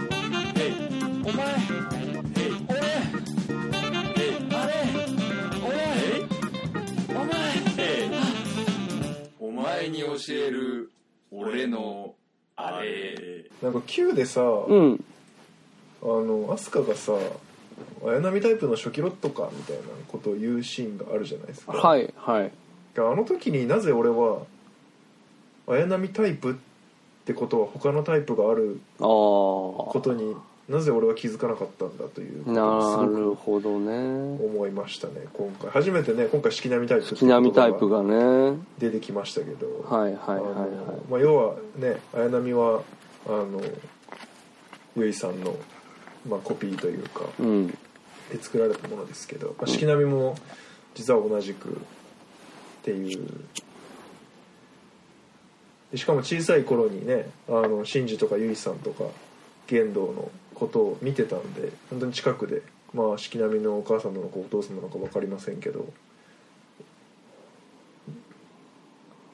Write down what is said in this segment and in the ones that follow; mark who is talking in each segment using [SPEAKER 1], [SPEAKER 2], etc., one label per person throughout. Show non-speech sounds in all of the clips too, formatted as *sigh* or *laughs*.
[SPEAKER 1] お前俺あれ俺お前
[SPEAKER 2] お前に教える俺のあれ
[SPEAKER 3] なんか Q でさ、
[SPEAKER 1] うん
[SPEAKER 3] あの飛鳥がさ綾波タイプの初期ロットかみたいなことを言うシーンがあるじゃないですか、
[SPEAKER 1] はいはい
[SPEAKER 3] あの時になぜ俺は綾波タイプってことは他のタイプがある
[SPEAKER 1] ああ
[SPEAKER 3] ことになぜ俺は気づかなかったんだということ
[SPEAKER 1] な
[SPEAKER 3] をす
[SPEAKER 1] るほどね
[SPEAKER 3] ごく思いましたね今回初めてね今回式並みタイプって
[SPEAKER 1] 木
[SPEAKER 3] 言葉
[SPEAKER 1] 並タイプがね
[SPEAKER 3] 出てきましたけど、
[SPEAKER 1] はいはいはい
[SPEAKER 3] あ
[SPEAKER 1] はい
[SPEAKER 3] のまあ、要はね綾波はあのゆいさんの、まあ、コピーというか
[SPEAKER 1] うん
[SPEAKER 3] で作られたものですけどまあ四季並みも実は同じくっていうでしかも小さい頃にねあの真珠とか結衣さんとか玄道のことを見てたんで本当に近くでまあ四季並みのお母さんなのかお父さんなのか分かりませんけど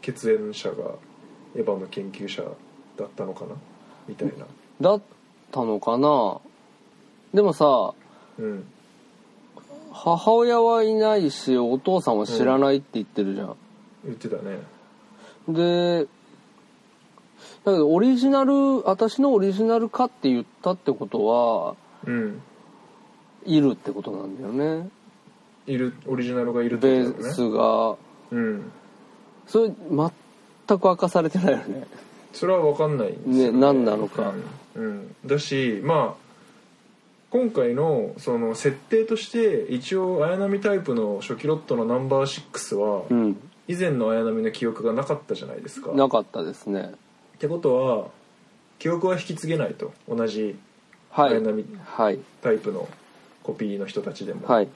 [SPEAKER 3] 血縁者がエヴァの研究者だったのかなみたいな
[SPEAKER 1] だったのかなでもさ
[SPEAKER 3] うん
[SPEAKER 1] 母親はいないしお父さんは知らないって言ってるじゃん、
[SPEAKER 3] 言ってたね
[SPEAKER 1] でだけどオリジナル私のオリジナルかって言ったってことは
[SPEAKER 3] うん
[SPEAKER 1] いるってことなんだよね
[SPEAKER 3] いるオリジナルがいるって
[SPEAKER 1] ベ
[SPEAKER 3] ことだ
[SPEAKER 1] ー
[SPEAKER 3] よね
[SPEAKER 1] スが
[SPEAKER 3] うん
[SPEAKER 1] それ全く明かされてないよね
[SPEAKER 3] それは分かんないんですよ
[SPEAKER 1] ね何なのか
[SPEAKER 3] うん、うんだしまあ今回のその設定として一応綾波タイプの初期ロットのナンバー6は
[SPEAKER 1] うん
[SPEAKER 3] 以前の綾波の記憶がなかったじゃないですか
[SPEAKER 1] なかったですね
[SPEAKER 3] ってことは記憶は引き継げないと同じ
[SPEAKER 1] はい
[SPEAKER 3] 綾波
[SPEAKER 1] はい
[SPEAKER 3] タイプのコピーの人たちでも、
[SPEAKER 1] はい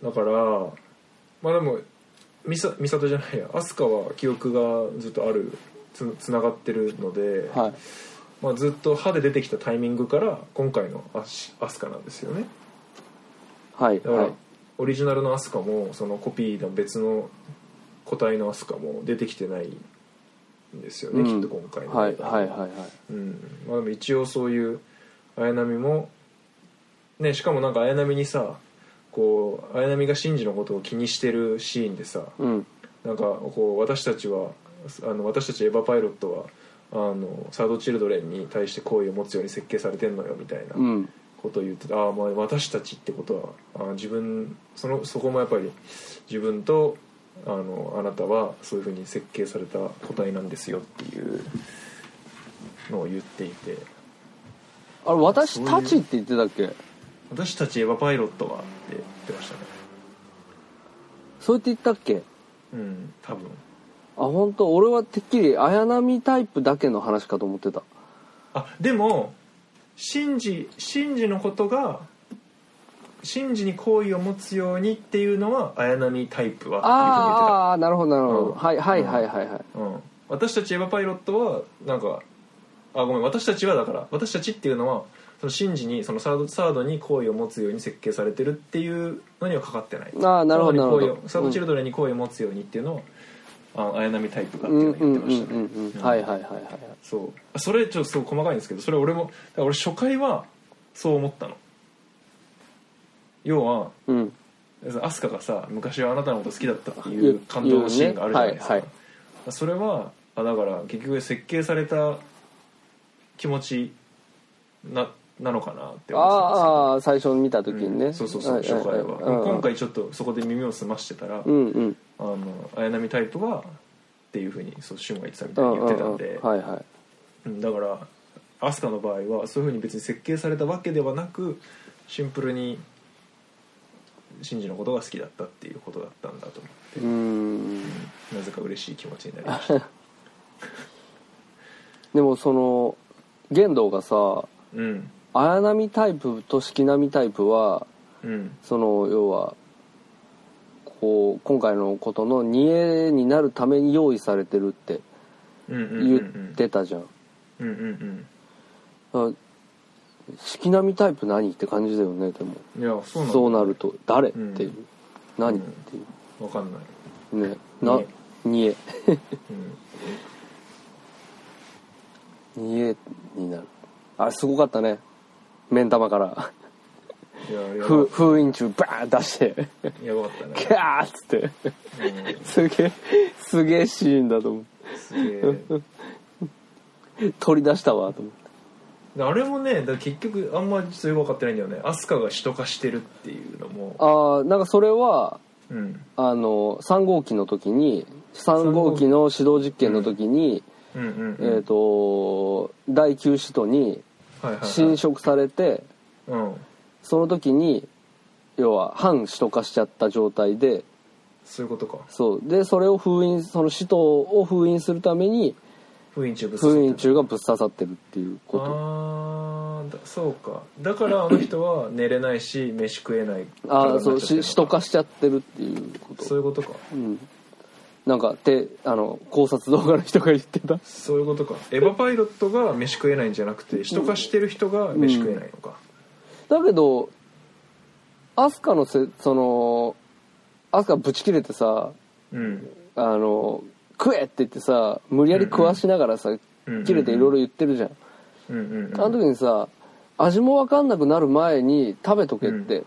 [SPEAKER 3] だからまあでもミサミサトじゃないや飛鳥は記憶がずっとあるつつながってるので、
[SPEAKER 1] はい
[SPEAKER 3] まあ、ずっと歯で出てきたタイミングから今回のアシアスカなんですよね
[SPEAKER 1] はい
[SPEAKER 3] だから、
[SPEAKER 1] はい
[SPEAKER 3] オリジナルのアスカもそのコピーの別の個体のアスカも出てきてないんですよね、
[SPEAKER 1] うん
[SPEAKER 3] きっと今回の
[SPEAKER 1] はいはいはいはい
[SPEAKER 3] うんまあ、でも一応そういう綾波もねしかもなんか綾波にさこう綾波が真珠のことを気にしてるシーンでさ
[SPEAKER 1] うん
[SPEAKER 3] なんかこう私たちはあの私たちエヴァパイロットはあのサードチルドレンに対して好意を持つように設計されてんのよみたいな
[SPEAKER 1] うん
[SPEAKER 3] ことを言ってて、ああまあ私たちってことはあー自分そのそこもやっぱり自分とあのあなたはそういうふうに設計された個体なんですよっていうのを言っていて
[SPEAKER 1] あれ私たちって言ってたっけ
[SPEAKER 3] 私たちエヴァパイロットはって言ってましたね
[SPEAKER 1] そうやって言ったっけ
[SPEAKER 3] うん多分
[SPEAKER 1] あ本当俺はてっきり綾波タイプだけの話かと思ってた
[SPEAKER 3] あでもシンジシンジのことがシンジに好意を持つようにっていうのは綾波タイプはっ
[SPEAKER 1] あーあーなるほどなるほど、
[SPEAKER 3] うん
[SPEAKER 1] はいはい
[SPEAKER 3] うん
[SPEAKER 1] はいはいは
[SPEAKER 3] て
[SPEAKER 1] い
[SPEAKER 3] いうふうに言ってた、うん、私たちエヴァパイロットはなんかあごめん私たちはだから私たちっていうのはそのシンジにそのサードサードに好意を持つように設計されてるっていうのにはかかってない
[SPEAKER 1] ああなるほどなるほ
[SPEAKER 3] サードに好意をサ
[SPEAKER 1] ど
[SPEAKER 3] ードチルドレンに好意を持つようにっていうのは、あ綾波タイプがっていうのを言ってましたね、
[SPEAKER 1] うんうんうんうんうんはいはいはいはいはい
[SPEAKER 3] そうそれちょっとすごい細かいんですけどそれ俺もだから俺初回はそう思ったの要は
[SPEAKER 1] うん
[SPEAKER 3] 飛鳥がさ昔はあなたのこと好きだったっていう感動のシーンがあるじゃないですか、
[SPEAKER 1] 言うね
[SPEAKER 3] それはあだから結局設計された気持ちななのかなって思っ
[SPEAKER 1] あ
[SPEAKER 3] てたんですけど
[SPEAKER 1] あああ最初見た時にね、
[SPEAKER 3] うんそうそうそう初回は、今回ちょっとそこで耳を澄ましてたら、
[SPEAKER 1] うんうん
[SPEAKER 3] あの綾波タイプはっていうふうにそうシュンが言ってたみ
[SPEAKER 1] う
[SPEAKER 3] たいに言
[SPEAKER 1] ん
[SPEAKER 3] ってたんで、
[SPEAKER 1] うんうんはいはい
[SPEAKER 3] うんだからアスカの場合はそういうふうに別に設計されたわけではなくシンプルにシンジのことが好きだったっていうことだったんだと思
[SPEAKER 1] うーん
[SPEAKER 3] ってなぜか嬉しい気持ちになりました
[SPEAKER 1] でもその玄道がさ
[SPEAKER 3] うん
[SPEAKER 1] 綾波タイプと式波タイプは
[SPEAKER 3] うん
[SPEAKER 1] その要はこう今回のことの煮えになるために用意されてるって
[SPEAKER 3] うんうんうんうん
[SPEAKER 1] 言ってたじゃん、
[SPEAKER 3] うんうん
[SPEAKER 1] あ四季並みタイプ何って感じだよねでも
[SPEAKER 3] いやそうなんだ
[SPEAKER 1] そうなると誰っ
[SPEAKER 3] うん
[SPEAKER 1] ていう、何
[SPEAKER 3] う
[SPEAKER 1] っ
[SPEAKER 3] ん
[SPEAKER 1] てい
[SPEAKER 3] わかんない、
[SPEAKER 1] うねな煮え *laughs*
[SPEAKER 3] う
[SPEAKER 1] 煮えになるあれすごかったね目ん玉から
[SPEAKER 3] ん、いやあれや
[SPEAKER 1] ふ
[SPEAKER 3] ば
[SPEAKER 1] 封印中バーン出して *laughs*
[SPEAKER 3] やばかったね
[SPEAKER 1] キャーっつって
[SPEAKER 3] う
[SPEAKER 1] *laughs*
[SPEAKER 3] ん
[SPEAKER 1] すげえすげえシーンだと思
[SPEAKER 3] すげえ
[SPEAKER 1] う取り出したわと思って
[SPEAKER 3] であれもねだから結局あんま実はよく分かってないんだよねアスカが首都化してるっていうのも
[SPEAKER 1] ああなんかそれは
[SPEAKER 3] うん
[SPEAKER 1] あの3号機の時に3号機の指導実験の時に、
[SPEAKER 3] うんうんうん、
[SPEAKER 1] えっ、と第9使徒に
[SPEAKER 3] はいはいはい
[SPEAKER 1] 侵食されて
[SPEAKER 3] うん
[SPEAKER 1] その時に要は反使徒化しちゃった状態で
[SPEAKER 3] そういうことか
[SPEAKER 1] そうでそれを封印その使徒を封印するために
[SPEAKER 3] 封印中物
[SPEAKER 1] 封印中がぶっ刺さってるっていうこ
[SPEAKER 3] あ
[SPEAKER 1] と
[SPEAKER 3] ーだそうかだからあの人は寝れないし飯食えない
[SPEAKER 1] ああそうし
[SPEAKER 3] し
[SPEAKER 1] 使徒化しちゃってるっていうこと
[SPEAKER 3] そういうことか
[SPEAKER 1] うん、なんかてあの考察動画の人が言ってた
[SPEAKER 3] そういうことかエヴァパイロットが飯食えないんじゃなくて人化してる人が飯食えないのか、
[SPEAKER 1] だけどアスカのせそのアスカぶち切れてさ
[SPEAKER 3] うん
[SPEAKER 1] あの食えって言ってさ無理やり食わしながらさ、
[SPEAKER 3] うん
[SPEAKER 1] 切れていろいろ言ってるじゃん、
[SPEAKER 3] うんうんうん
[SPEAKER 1] あの時にさ味も分かんなくなる前に食べとけって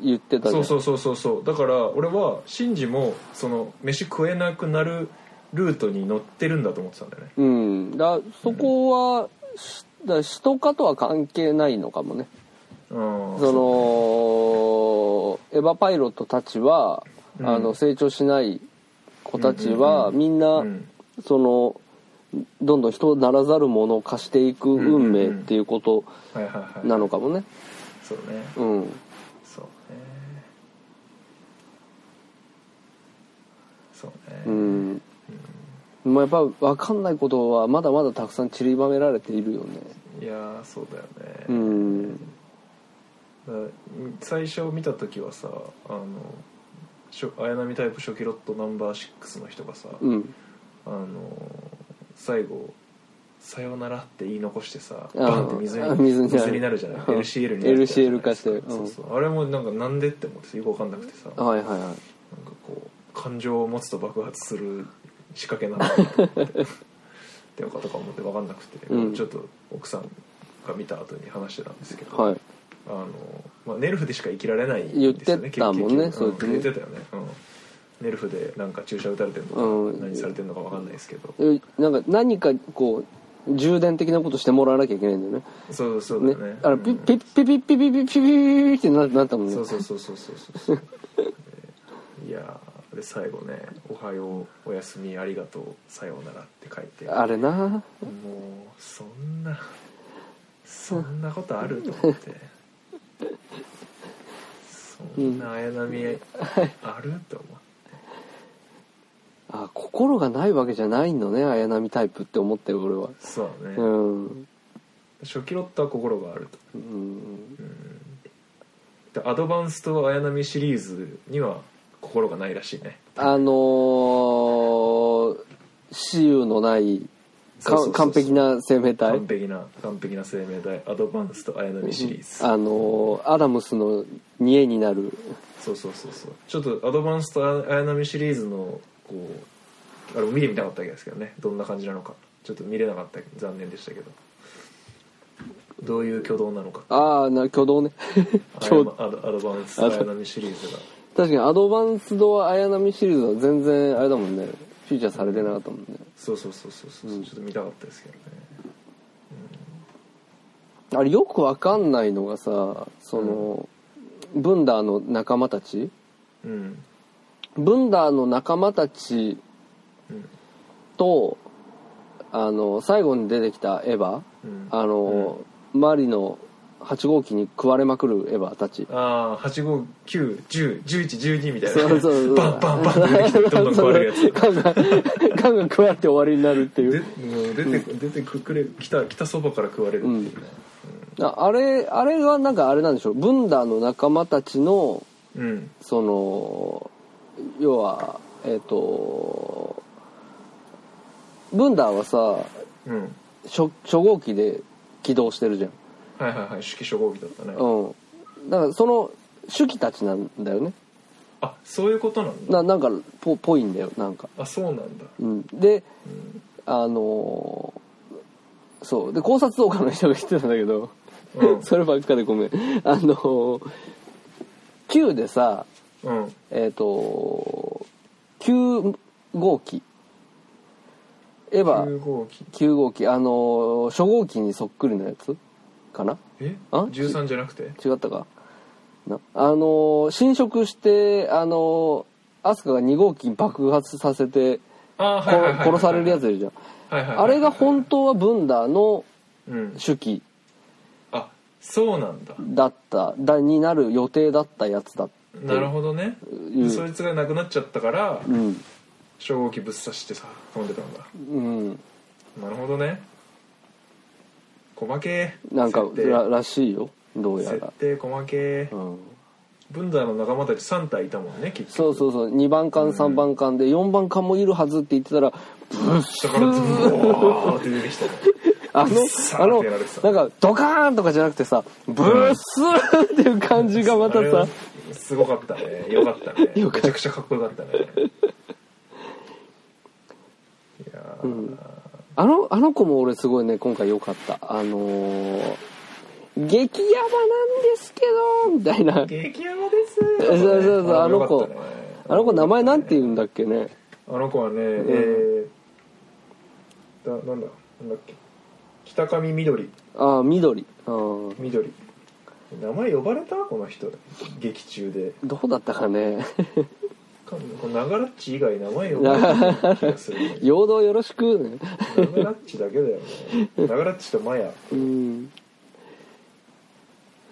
[SPEAKER 1] 言ってたじゃ
[SPEAKER 3] そ
[SPEAKER 1] ん、
[SPEAKER 3] うそうそうそうそうだから俺はシンジもその飯食えなくなるルートに乗ってるんだと思ってたんだよね
[SPEAKER 1] うんだそこは、しだ死とかとは関係ないのかもね
[SPEAKER 3] うん
[SPEAKER 1] そのエヴァパイロットたちは、
[SPEAKER 3] うん
[SPEAKER 1] あの成長しない子たち
[SPEAKER 3] うんうん
[SPEAKER 1] は、
[SPEAKER 3] うん
[SPEAKER 1] みんな、
[SPEAKER 3] うん
[SPEAKER 1] そのどんどん人ならざるものを貸していく運命っていうこと
[SPEAKER 3] はいはいはい
[SPEAKER 1] なのかもね。
[SPEAKER 3] そうね
[SPEAKER 1] うん、
[SPEAKER 3] そうねそうね
[SPEAKER 1] うんまあ、やっぱ分かんないことはまだまだたくさん散りばめられているよね。
[SPEAKER 3] いやーそうだよね、
[SPEAKER 1] うん、
[SPEAKER 3] だから最初見た時はさあのしょ綾波タイプ初期ロットナンバー6の人がさ、
[SPEAKER 1] うん、
[SPEAKER 3] あの最後「さよなら」って言い残してさ
[SPEAKER 1] あ
[SPEAKER 3] バンって水
[SPEAKER 1] あ
[SPEAKER 3] に
[SPEAKER 1] 水
[SPEAKER 3] 水
[SPEAKER 1] になる
[SPEAKER 3] になるじゃない
[SPEAKER 1] うん
[SPEAKER 3] LCL になるってやつじゃない
[SPEAKER 1] LCL 化してうん
[SPEAKER 3] そうそうあれもなんかなんでって思ってよく分かんなくてさなんか
[SPEAKER 1] はいはいはい。
[SPEAKER 3] こう感情を持つと爆発する仕掛けなのかなと思って *laughs* っていうかとか思って分かんなくて、
[SPEAKER 1] うん
[SPEAKER 3] ちょっと奥さんが見た後に話してたんですけど、
[SPEAKER 1] はい、
[SPEAKER 3] あのまあ、ネルフでしか生きられないん
[SPEAKER 1] 言っ
[SPEAKER 3] ですよね
[SPEAKER 1] てたもんね
[SPEAKER 3] 結局
[SPEAKER 1] そう
[SPEAKER 3] うん
[SPEAKER 1] で
[SPEAKER 3] 言っ
[SPEAKER 1] すね
[SPEAKER 3] てたよね、うん、ネルフでなんか注射打たれてるのか、
[SPEAKER 1] うん
[SPEAKER 3] 何されてるのか分かんないですけど、
[SPEAKER 1] えなんか何かこう充電的なことしてもらわなきゃいけないんだよね。
[SPEAKER 3] そうそうだ
[SPEAKER 1] ね
[SPEAKER 3] よね
[SPEAKER 1] あの
[SPEAKER 3] うん
[SPEAKER 1] ピッピッピッピッピッピッピッピッピッってななったもんね
[SPEAKER 3] そうそうそうそうそう
[SPEAKER 1] *laughs*
[SPEAKER 3] そうでいやーで最後ね「おはようおやすみありがとうさようなら」って書いて
[SPEAKER 1] あれな
[SPEAKER 3] もうそんなそんなことあると思ってそんな綾波あると思って
[SPEAKER 1] あ心がないわけじゃないのね綾波タイプって思ってる俺は
[SPEAKER 3] そうだね、
[SPEAKER 1] うん、
[SPEAKER 3] 初期ロットは心があると
[SPEAKER 1] うん、
[SPEAKER 3] でアドバンスと綾波シリーズには心がないらしいね
[SPEAKER 1] あのー、私有のない
[SPEAKER 3] そ
[SPEAKER 1] か
[SPEAKER 3] うそうそうそう
[SPEAKER 1] 完璧な生命体
[SPEAKER 3] 完璧な完璧な生命体アドバンスと綾波シリーズ
[SPEAKER 1] あのーアダムスの煮えになる
[SPEAKER 3] そうそうそうそうちょっとアドバンスと綾波シリーズのこうあれも見てみたかったわけですけどねどんな感じなのかちょっと見れなかった残念でしたけどどういう挙動なのか
[SPEAKER 1] ああな挙動ね
[SPEAKER 3] ア
[SPEAKER 1] 挙動
[SPEAKER 3] ドアドアドバンスと綾波シリーズが
[SPEAKER 1] 確かにアドバンスドア綾波シリーズは全然あれだもんねフィーチャーされてなかったもんね
[SPEAKER 3] そうそうそうそうそう、ちょっと見たかったですけどね
[SPEAKER 1] あれよくわかんないのがさその、ブンダーの仲間たち
[SPEAKER 3] うん
[SPEAKER 1] ブンダーの仲間たち
[SPEAKER 3] うん
[SPEAKER 1] とあの最後に出てきたエヴァ
[SPEAKER 3] うん
[SPEAKER 1] あの、マリの8号機に食われまくるエヴァたち
[SPEAKER 3] ああ859101112みたいな
[SPEAKER 1] そうそうそう
[SPEAKER 3] バンバンバンって出てきて *laughs* どんどん壊れるやつ
[SPEAKER 1] *laughs* ガンガンガンガン食われて終わりになるってい
[SPEAKER 3] で
[SPEAKER 1] う
[SPEAKER 3] もう出て出てくれ来た来たそばから食われるっていうね、
[SPEAKER 1] ああれあれはなんかあれなんでしょうブンダーの仲間たちの
[SPEAKER 3] うん、
[SPEAKER 1] その要はえっ、とブンダーはさ
[SPEAKER 3] うん
[SPEAKER 1] 初初号機で起動してるじゃん
[SPEAKER 3] はいはいはい手記初号機だったね、
[SPEAKER 1] うんだからその手記たちなんだよね
[SPEAKER 3] あそういうことなんだ
[SPEAKER 1] ななんかぽぽいんだよなんか、
[SPEAKER 3] あそうなんだ、
[SPEAKER 1] うん、で
[SPEAKER 3] うん
[SPEAKER 1] あのーそうで考察動画の人が言ってたんだけど、
[SPEAKER 3] うん
[SPEAKER 1] *laughs* そればっかでごめんあのー Q でさ
[SPEAKER 3] うん
[SPEAKER 1] えっ、と9号機エヴ
[SPEAKER 3] 9
[SPEAKER 1] ァ
[SPEAKER 3] 号機
[SPEAKER 1] 9号機あのー初号機にそっくりのやつかな
[SPEAKER 3] え
[SPEAKER 1] あ
[SPEAKER 3] 13じゃなくて
[SPEAKER 1] 違ったかなあのー侵食してあのーアスカが2号機爆発させて
[SPEAKER 3] あー
[SPEAKER 1] こ
[SPEAKER 3] はいはいはいはい
[SPEAKER 1] 殺されるやついるじゃん
[SPEAKER 3] はいはいはい
[SPEAKER 1] あれが本当はブンダーの
[SPEAKER 3] うん
[SPEAKER 1] 手記
[SPEAKER 3] あそうなんだ
[SPEAKER 1] だっただになる予定だったやつだって
[SPEAKER 3] なるほどね、
[SPEAKER 1] うん
[SPEAKER 3] そいつがなくなっちゃったから
[SPEAKER 1] うん
[SPEAKER 3] 初号機ぶっ刺してさ飛んでたんだ
[SPEAKER 1] うん
[SPEAKER 3] なるほどね細けー
[SPEAKER 1] なんから
[SPEAKER 3] 設定
[SPEAKER 1] ららしいよどうや
[SPEAKER 3] 設
[SPEAKER 1] ら、
[SPEAKER 3] 定細けー、
[SPEAKER 1] うん、
[SPEAKER 3] ブンダーの仲間たち3体いたもんね結局
[SPEAKER 1] そうそうそう2番艦3番艦で4番艦もいるはずって言ってたらブッ
[SPEAKER 3] 下からズボーって出てきたね
[SPEAKER 1] あ
[SPEAKER 3] ブ
[SPEAKER 1] の
[SPEAKER 3] ッサー
[SPEAKER 1] あの
[SPEAKER 3] ってやられてた
[SPEAKER 1] なんかドカーンとかじゃなくてさブッスーっていう感じがまた
[SPEAKER 3] あれは
[SPEAKER 1] さ
[SPEAKER 3] すごかったねよかったね
[SPEAKER 1] よか
[SPEAKER 3] めちゃ
[SPEAKER 1] った
[SPEAKER 3] くちゃかっこよかったねいやー、
[SPEAKER 1] あのあの子も俺すごいね今回良かったあのー激ヤバなんですけどみたいな
[SPEAKER 3] 激ヤバです
[SPEAKER 1] そうそうそうあの
[SPEAKER 3] よ
[SPEAKER 1] 子
[SPEAKER 3] かったね
[SPEAKER 1] あの子名前なんて言うんだっけね
[SPEAKER 3] あの子はね、
[SPEAKER 1] ん
[SPEAKER 3] えー、だなんだなんだっけ北上みどり
[SPEAKER 1] ああ緑うん
[SPEAKER 3] みどり名前呼ばれたこの人劇中で
[SPEAKER 1] どうだったか *laughs* ね
[SPEAKER 3] かこの長ラッチ以外名前呼ばれたような気が
[SPEAKER 1] *laughs*
[SPEAKER 3] するね
[SPEAKER 1] 陽動よろしく
[SPEAKER 3] ナガラッチだけだよね。ナガラッチとマヤ。
[SPEAKER 1] うん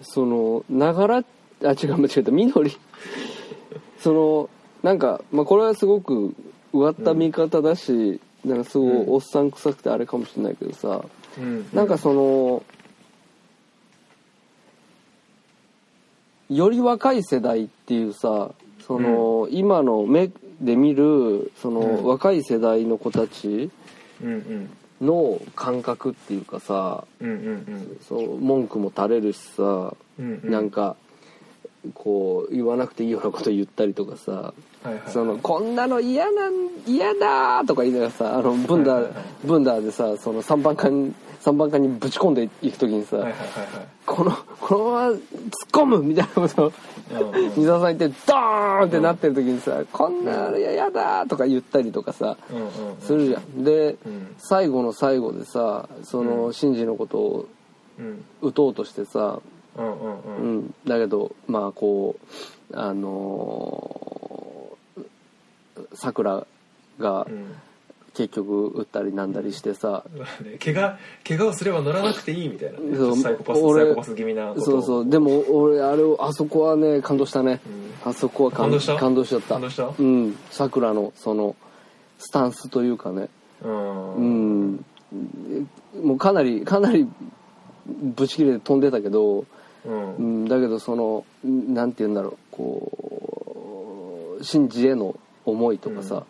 [SPEAKER 1] そのながらあ違う間違えた緑そのなんか、まあ、これはすごくうわった見方だし、なんかすごい
[SPEAKER 3] うん
[SPEAKER 1] おっさん臭くてあれかもしれないけどさ、
[SPEAKER 3] うん
[SPEAKER 1] なんか、そのより若い世代っていうさその、今の目で見るその、
[SPEAKER 3] うん
[SPEAKER 1] 若い世代の子たち
[SPEAKER 3] うんうん。
[SPEAKER 1] の感覚っていうかさ
[SPEAKER 3] うんうん
[SPEAKER 1] そう文句も垂れるしさ、
[SPEAKER 3] うん。う
[SPEAKER 1] なん、かこう言わなくていいようなこと言ったりとかさ
[SPEAKER 3] はいはい、
[SPEAKER 1] そのこんなの嫌なん嫌だーとか言いながらさあのブンダーブンダーでさその3番艦三番艦にぶち込んでいく時にさ、
[SPEAKER 3] はいはい
[SPEAKER 1] このこのまま突っ込むみたいなことを
[SPEAKER 3] はいはい。うん
[SPEAKER 1] 三沢さん言ってドーンってなってる時にさ、こんなの嫌だーとか言ったりとかさ、
[SPEAKER 3] うんうんうん。
[SPEAKER 1] するじゃん。で、
[SPEAKER 3] うん
[SPEAKER 1] 最後の最後でさその、シンジのことを
[SPEAKER 3] うん
[SPEAKER 1] 打とうとしてさ、
[SPEAKER 3] うんうんう。
[SPEAKER 1] うんん、だけどまあこうあのーさくらが
[SPEAKER 3] うん
[SPEAKER 1] 結局打ったりなんだりしてさ、
[SPEAKER 3] ね *laughs* 怪我怪我をすれば乗らなくていいみたいなね、
[SPEAKER 1] そう
[SPEAKER 3] サイコパス
[SPEAKER 1] 俺
[SPEAKER 3] サイコパス気味なこと
[SPEAKER 1] そうそうでも俺あれをあそこはね感動したね、
[SPEAKER 3] うん
[SPEAKER 1] あそこは
[SPEAKER 3] 感動した
[SPEAKER 1] 感動しちゃった
[SPEAKER 3] 感動した
[SPEAKER 1] うんさくらのそのスタンスというかね
[SPEAKER 3] う、
[SPEAKER 1] うんんもうかなりかなりぶち切れて飛んでたけど
[SPEAKER 3] うん
[SPEAKER 1] うん、だけどそのんなんて言うんだろうこう真珠への思いとかさ、うん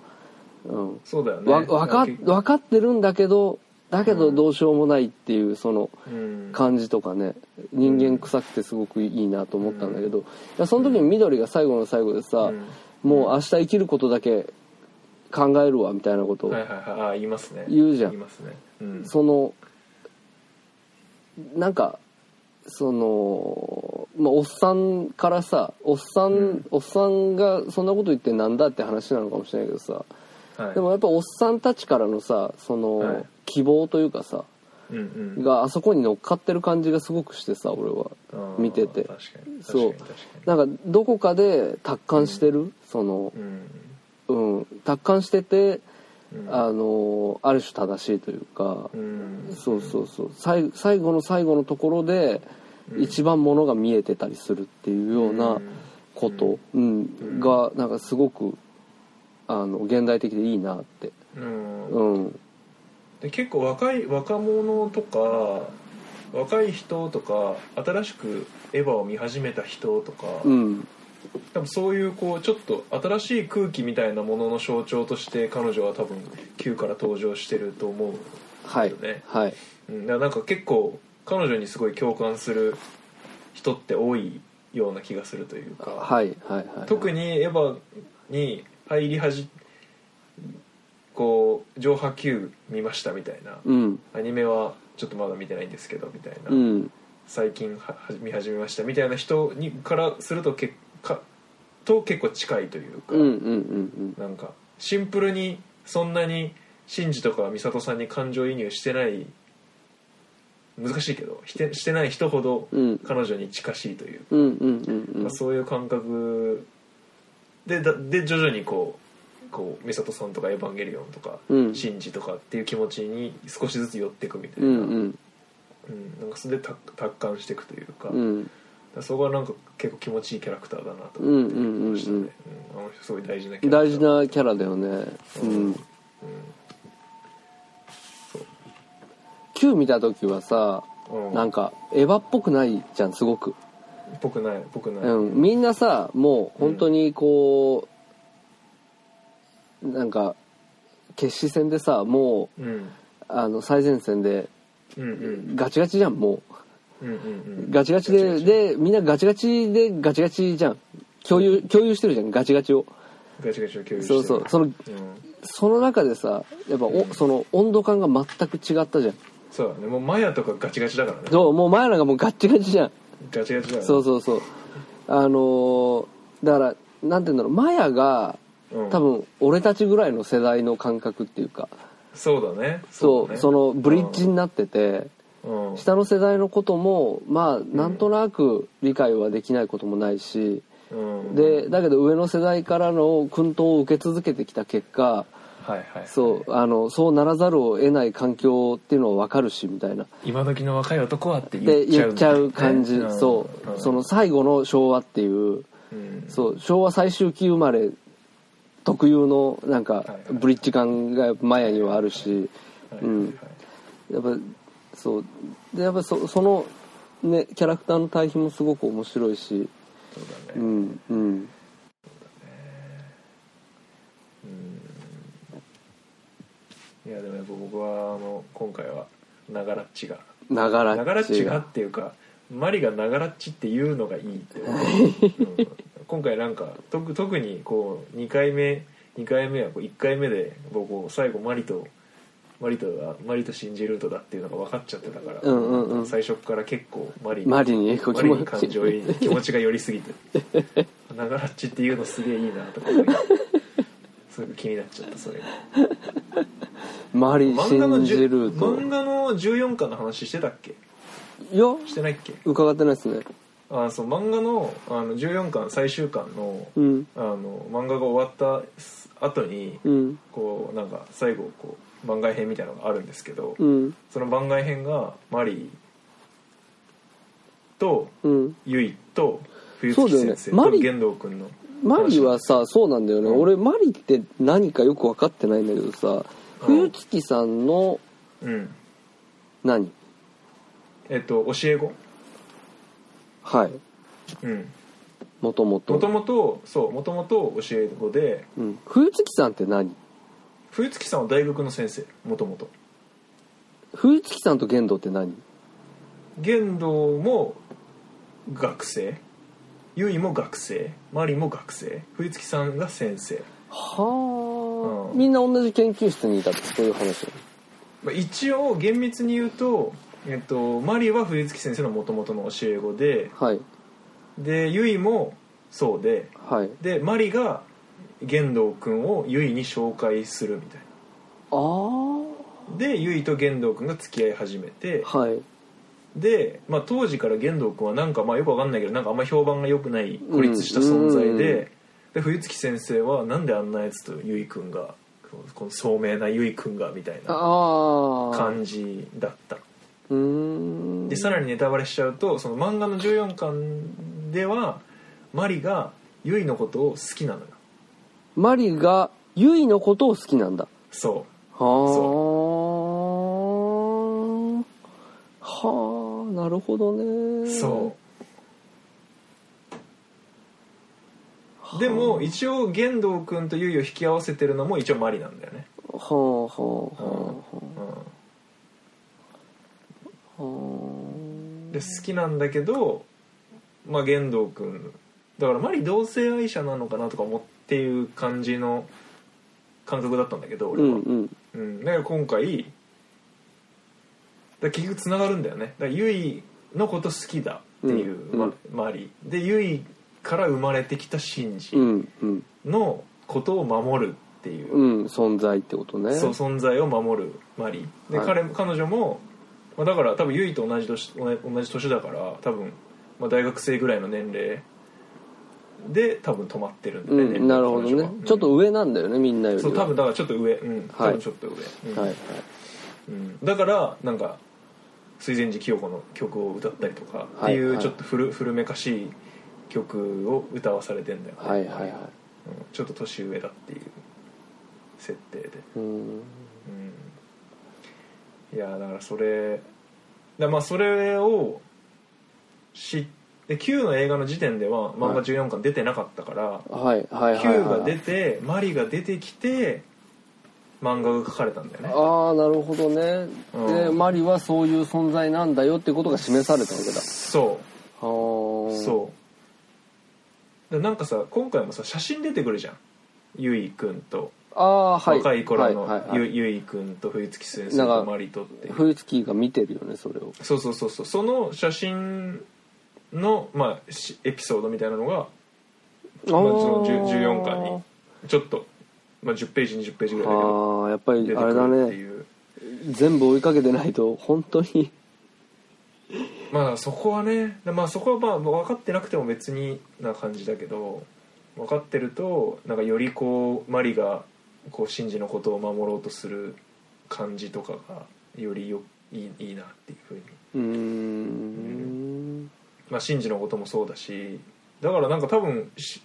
[SPEAKER 3] そうだよね
[SPEAKER 1] わわか
[SPEAKER 3] う
[SPEAKER 1] 分かってるんだけどだけどどうしようもないっていうその
[SPEAKER 3] ん、
[SPEAKER 1] 感じとかね人間臭くてすごくいいなと思ったんだけど、いやその時に緑が最後の最後でさ、
[SPEAKER 3] うん
[SPEAKER 1] もう明日生きることだけ考えるわみたいなことを、
[SPEAKER 3] はいはいはいあ言いますね
[SPEAKER 1] 言うじゃん
[SPEAKER 3] 言いますね、うん、
[SPEAKER 1] そのなんかその、まあ、おっさんからさおっさん、
[SPEAKER 3] うん
[SPEAKER 1] おっさんがそんなこと言ってなんだって話なのかもしれないけどさ
[SPEAKER 3] はい
[SPEAKER 1] でもやっぱおっさんたちからのさその、
[SPEAKER 3] はい
[SPEAKER 1] 希望というかさ
[SPEAKER 3] うんうん
[SPEAKER 1] があそこに乗っかってる感じがすごくしてさ俺は
[SPEAKER 3] あー
[SPEAKER 1] 見てて
[SPEAKER 3] 確かに確か
[SPEAKER 1] そう
[SPEAKER 3] に確かに
[SPEAKER 1] なんかどこかで達観してる、その
[SPEAKER 3] う、ん
[SPEAKER 1] うん、達観してて、
[SPEAKER 3] うん
[SPEAKER 1] あのある種正しいというか、
[SPEAKER 3] うん
[SPEAKER 1] そうそうそう最最後の最後のところで
[SPEAKER 3] うん
[SPEAKER 1] 一番ものが見えてたりするっていうようなこと、うん
[SPEAKER 3] うん
[SPEAKER 1] がなんかすごくあの現代的でいいなって、
[SPEAKER 3] うん
[SPEAKER 1] うん、
[SPEAKER 3] で結構若い若者とか若い人とか新しくエヴァを見始めた人とか、
[SPEAKER 1] うん、
[SPEAKER 3] 多分そういうこうちょっと新しい空気みたいなものの象徴として彼女は多分 Q から登場してると思う
[SPEAKER 1] はい、
[SPEAKER 3] よね
[SPEAKER 1] はい、
[SPEAKER 3] うん、だからなんか結構彼女にすごい共感する人って多いような気がするというか、
[SPEAKER 1] はいはいはい
[SPEAKER 3] 特にエヴァに入りはじこう上波球見ましたみたいな、
[SPEAKER 1] うん
[SPEAKER 3] アニメはちょっとまだ見てないんですけどみたいな、
[SPEAKER 1] うん
[SPEAKER 3] 最近はは見始めましたみたいな人にからすると結果と結構近いというか、
[SPEAKER 1] うんうんうん
[SPEAKER 3] なんかシンプルにそんなにシンジとか美里さんに感情移入してない難しいけどしてしてない人ほど
[SPEAKER 1] うん
[SPEAKER 3] 彼女に近しいというか、
[SPEAKER 1] うんうんうんうんうん
[SPEAKER 3] まあそういう感覚でだで徐々にこうこう美里さんとか「エヴァンゲリオン」とか
[SPEAKER 1] うん
[SPEAKER 3] シンジ」とかっていう気持ちに少しずつ寄っていくみたいな,、
[SPEAKER 1] うんうん
[SPEAKER 3] うんなんかそれで達達観していくというか,、
[SPEAKER 1] うん
[SPEAKER 3] そこはなんか結構気持ちいいキャラクターだなと
[SPEAKER 1] う
[SPEAKER 3] 思
[SPEAKER 1] んうん
[SPEAKER 3] って
[SPEAKER 1] うん
[SPEAKER 3] ましたね、
[SPEAKER 1] うん
[SPEAKER 3] うんあの人すごい大事なキャラク
[SPEAKER 1] 大
[SPEAKER 3] ター
[SPEAKER 1] 事なキャラだよねうん
[SPEAKER 3] そう、
[SPEAKER 1] Q 見た時はさ
[SPEAKER 3] うん、
[SPEAKER 1] なんかエヴァっぽくないじゃんすごく、
[SPEAKER 3] 僕ない僕ない、
[SPEAKER 1] うん、みんなさもう本当にこう、なんか決死戦でさもう
[SPEAKER 3] うん
[SPEAKER 1] あの最前線で
[SPEAKER 3] うんうん
[SPEAKER 1] ガチガチじゃんも
[SPEAKER 3] うんうんう
[SPEAKER 1] うんガチガチででみんなガチガチでガチガチじゃん共有共有してるじゃんガチガチを
[SPEAKER 3] ガチガチを共有して
[SPEAKER 1] そ
[SPEAKER 3] る
[SPEAKER 1] うそうその
[SPEAKER 3] うん、
[SPEAKER 1] その中でさやっぱお、その温度感が全く違ったじゃん
[SPEAKER 3] そうだねもうマヤとかガチガチだからね
[SPEAKER 1] そうもう前なんかもうガッチガチじゃん
[SPEAKER 3] ガチガチだよね
[SPEAKER 1] そうそうそうあのーだからなんて言うんだろうマヤが
[SPEAKER 3] うん
[SPEAKER 1] 多分俺たちぐらいの世代の感覚っていうか
[SPEAKER 3] そうだね
[SPEAKER 1] そう
[SPEAKER 3] だね
[SPEAKER 1] そのブリッジになってて
[SPEAKER 3] うん
[SPEAKER 1] 下の世代のこともまあなんとなく理解はできないこともないし、
[SPEAKER 3] うん
[SPEAKER 1] でだけど上の世代からの薫陶を受け続けてきた結果
[SPEAKER 3] はいはい
[SPEAKER 1] そうあのそうならざるを得ない環境っていうのは分かるしみたいな
[SPEAKER 3] 今時の若い男はって言
[SPEAKER 1] で
[SPEAKER 3] っちゃう
[SPEAKER 1] 言っちゃう感じ、
[SPEAKER 3] ん
[SPEAKER 1] そう、
[SPEAKER 3] ん
[SPEAKER 1] その最後の昭和っていう
[SPEAKER 3] うん
[SPEAKER 1] そう昭和最終期生まれ特有のなんか
[SPEAKER 3] いはい
[SPEAKER 1] ブリッジ感がマヤにはあるし、
[SPEAKER 3] はい
[SPEAKER 1] うんやっぱそうでやっぱそその、ね、キャラクターの対比もすごく面白いし、
[SPEAKER 3] そうだ
[SPEAKER 1] う
[SPEAKER 3] ね
[SPEAKER 1] んうん、
[SPEAKER 3] いやでもやっぱ僕はあの今回はながらっちが
[SPEAKER 1] ながら
[SPEAKER 3] ながらっちがっていうかマリがながらっちって言うのがいいって思う、うん今回なんか特特にこう2回目2回目はこう1回目で僕最後マリとマリとはマリとシンジルートだっていうのが分かっちゃってたから、
[SPEAKER 1] うんうんうん
[SPEAKER 3] 最初から結構マリに
[SPEAKER 1] マリにこう
[SPEAKER 3] マ
[SPEAKER 1] 気
[SPEAKER 3] リ
[SPEAKER 1] 持ち
[SPEAKER 3] に感情移入気持ちが寄りすぎて
[SPEAKER 1] *laughs*
[SPEAKER 3] ながらっちっていうのすげえいいなとか思いながらすごく気になっちゃったそれが
[SPEAKER 1] マリ
[SPEAKER 3] 漫画の
[SPEAKER 1] 信
[SPEAKER 3] じ
[SPEAKER 1] じ
[SPEAKER 3] ゅ
[SPEAKER 1] ると
[SPEAKER 3] 漫画の14巻の話してたっけ
[SPEAKER 1] いや
[SPEAKER 3] してないっけ
[SPEAKER 1] 伺ってないですね
[SPEAKER 3] あそう漫画のあの14巻最終巻の,、
[SPEAKER 1] うん
[SPEAKER 3] あの漫画が終わった後に、
[SPEAKER 1] うん
[SPEAKER 3] こうなんか最後こう番外編みたいなのがあるんですけど、
[SPEAKER 1] うん
[SPEAKER 3] その番外編がマリーと
[SPEAKER 1] うん
[SPEAKER 3] ユイと冬
[SPEAKER 1] そう
[SPEAKER 3] 月
[SPEAKER 1] だよね
[SPEAKER 3] 先生
[SPEAKER 1] マ
[SPEAKER 3] と
[SPEAKER 1] リ
[SPEAKER 3] 玄道君の
[SPEAKER 1] マリはさそうなんだよね、
[SPEAKER 3] うん
[SPEAKER 1] 俺マリって何かよく分かってないんだけどさ冬月さんの
[SPEAKER 3] うん
[SPEAKER 1] 何
[SPEAKER 3] えっと教え子
[SPEAKER 1] はい
[SPEAKER 3] うん
[SPEAKER 1] もとも
[SPEAKER 3] もと
[SPEAKER 1] と
[SPEAKER 3] もとそうもともと教え子で
[SPEAKER 1] うん冬月さんって何
[SPEAKER 3] 冬月さんは大学の先生もともと
[SPEAKER 1] 冬月さんと玄道って何
[SPEAKER 3] 玄道も学生ゆいも学生マリも学生冬月さんが先生、
[SPEAKER 1] はあ、
[SPEAKER 3] うん
[SPEAKER 1] みんな同じ研究室にいたってそういう話
[SPEAKER 3] まあ、一応厳密に言うと、えっと、マリは冬月先生のもともとの教え子で
[SPEAKER 1] はい
[SPEAKER 3] でゆいもそうで
[SPEAKER 1] はい
[SPEAKER 3] でマリが玄道くんをゆいに紹介するみたい
[SPEAKER 1] ああ
[SPEAKER 3] なでゆいと玄道くんが付き合い始めて
[SPEAKER 1] はい
[SPEAKER 3] で、まあ、当時から玄道君はなんかまあよくわかんないけどなんかあんま評判が良くない孤立した存在で,、
[SPEAKER 1] うん
[SPEAKER 3] で冬月先生はなんであんなやつと結く君がこのこの聡明な結く君がみたいな
[SPEAKER 1] ああ
[SPEAKER 3] 感じだった
[SPEAKER 1] うーん
[SPEAKER 3] でさらにネタバレしちゃうとその漫画の14巻ではマリが結衣のことを好きなのよ
[SPEAKER 1] マリがユイのことを好きなんだ
[SPEAKER 3] そ
[SPEAKER 1] はあはあなるほど
[SPEAKER 3] う
[SPEAKER 1] ね
[SPEAKER 3] そうでも一応玄道君と結衣を引き合わせてるのも一応マリなんだよね
[SPEAKER 1] はあはあはあは
[SPEAKER 3] うん
[SPEAKER 1] あは
[SPEAKER 3] で好きなんだけどまあ玄道くんだからマリ同性愛者なのかなとか思っていう感じの感覚だったんだけど
[SPEAKER 1] う
[SPEAKER 3] 俺は、
[SPEAKER 1] んうん
[SPEAKER 3] うん、だから今回だから結局つながるんだよねだからユイのこと好きだっていう、
[SPEAKER 1] うん
[SPEAKER 3] ま
[SPEAKER 1] うん
[SPEAKER 3] マリでユイから生まれてきたシン
[SPEAKER 1] う
[SPEAKER 3] ジ
[SPEAKER 1] んうん
[SPEAKER 3] のことを守るっていう、
[SPEAKER 1] うん存在ってことね
[SPEAKER 3] そう存在を守るマリで、
[SPEAKER 1] はい
[SPEAKER 3] 彼も彼女も、まあ、だから多分ユイと同じ年同じ同じ年だから多分、まあ、大学生ぐらいの年齢で多分止まってるんだよね、
[SPEAKER 1] ん、なるほど
[SPEAKER 3] 彼女
[SPEAKER 1] ね
[SPEAKER 3] はうん
[SPEAKER 1] ちょっと上なんだよねみんなより
[SPEAKER 3] そう多分だからちょっと上うん多
[SPEAKER 1] はい
[SPEAKER 3] 分ちょっと上、うん
[SPEAKER 1] はいはい
[SPEAKER 3] うんだからなんか水前寺清子の曲を歌ったりとかってい
[SPEAKER 1] はいは
[SPEAKER 3] う
[SPEAKER 1] い
[SPEAKER 3] ちょっと古,、古めかしい曲を歌わされてんだよね、
[SPEAKER 1] はいはいは
[SPEAKER 3] うんちょっと年上だっていう設定で、
[SPEAKER 1] いうん
[SPEAKER 3] うん、いやだからそれだまあそれを知って9の映画の時点では漫画14巻出てなかったから、
[SPEAKER 1] はいはいはいはい
[SPEAKER 3] 9が出てマリが出てきて漫画が書かれたんだよね
[SPEAKER 1] ああなるほどね、
[SPEAKER 3] うん
[SPEAKER 1] でマリはそういう存在なんだよってことが示されたわけだ
[SPEAKER 3] そう
[SPEAKER 1] あー
[SPEAKER 3] そうでなんかさ今回もさ写真出てくるじゃんゆいくんと、
[SPEAKER 1] ああーはい
[SPEAKER 3] 若い頃
[SPEAKER 1] はいはい
[SPEAKER 3] の
[SPEAKER 1] はい
[SPEAKER 3] ゆゆいくんと冬月先生
[SPEAKER 1] なん
[SPEAKER 3] と
[SPEAKER 1] か
[SPEAKER 3] マリとっていう
[SPEAKER 1] 冬月が見てるよねそれを
[SPEAKER 3] そうそうそうそうその写真の、まあ、しエピソードみたいなのが、まあ、その10 14巻にちょっと、まあ、10ページ20ページぐらいだけど
[SPEAKER 1] ああやっぱ
[SPEAKER 3] 出
[SPEAKER 1] り
[SPEAKER 3] て
[SPEAKER 1] あ
[SPEAKER 3] く
[SPEAKER 1] れだ
[SPEAKER 3] るって
[SPEAKER 1] ね
[SPEAKER 3] いう、
[SPEAKER 1] 全部追いかけてないと本当に
[SPEAKER 3] まあそこはね、でまあ、そこはまあ分かってなくても別にな感じだけど分かってるとなんかよりこうマリがこうシンジのことを守ろうとする感じとかがよりよいいいいなっていうふうに、
[SPEAKER 1] うーん
[SPEAKER 3] まあ、シンジのこともそうだしだからなんか多分し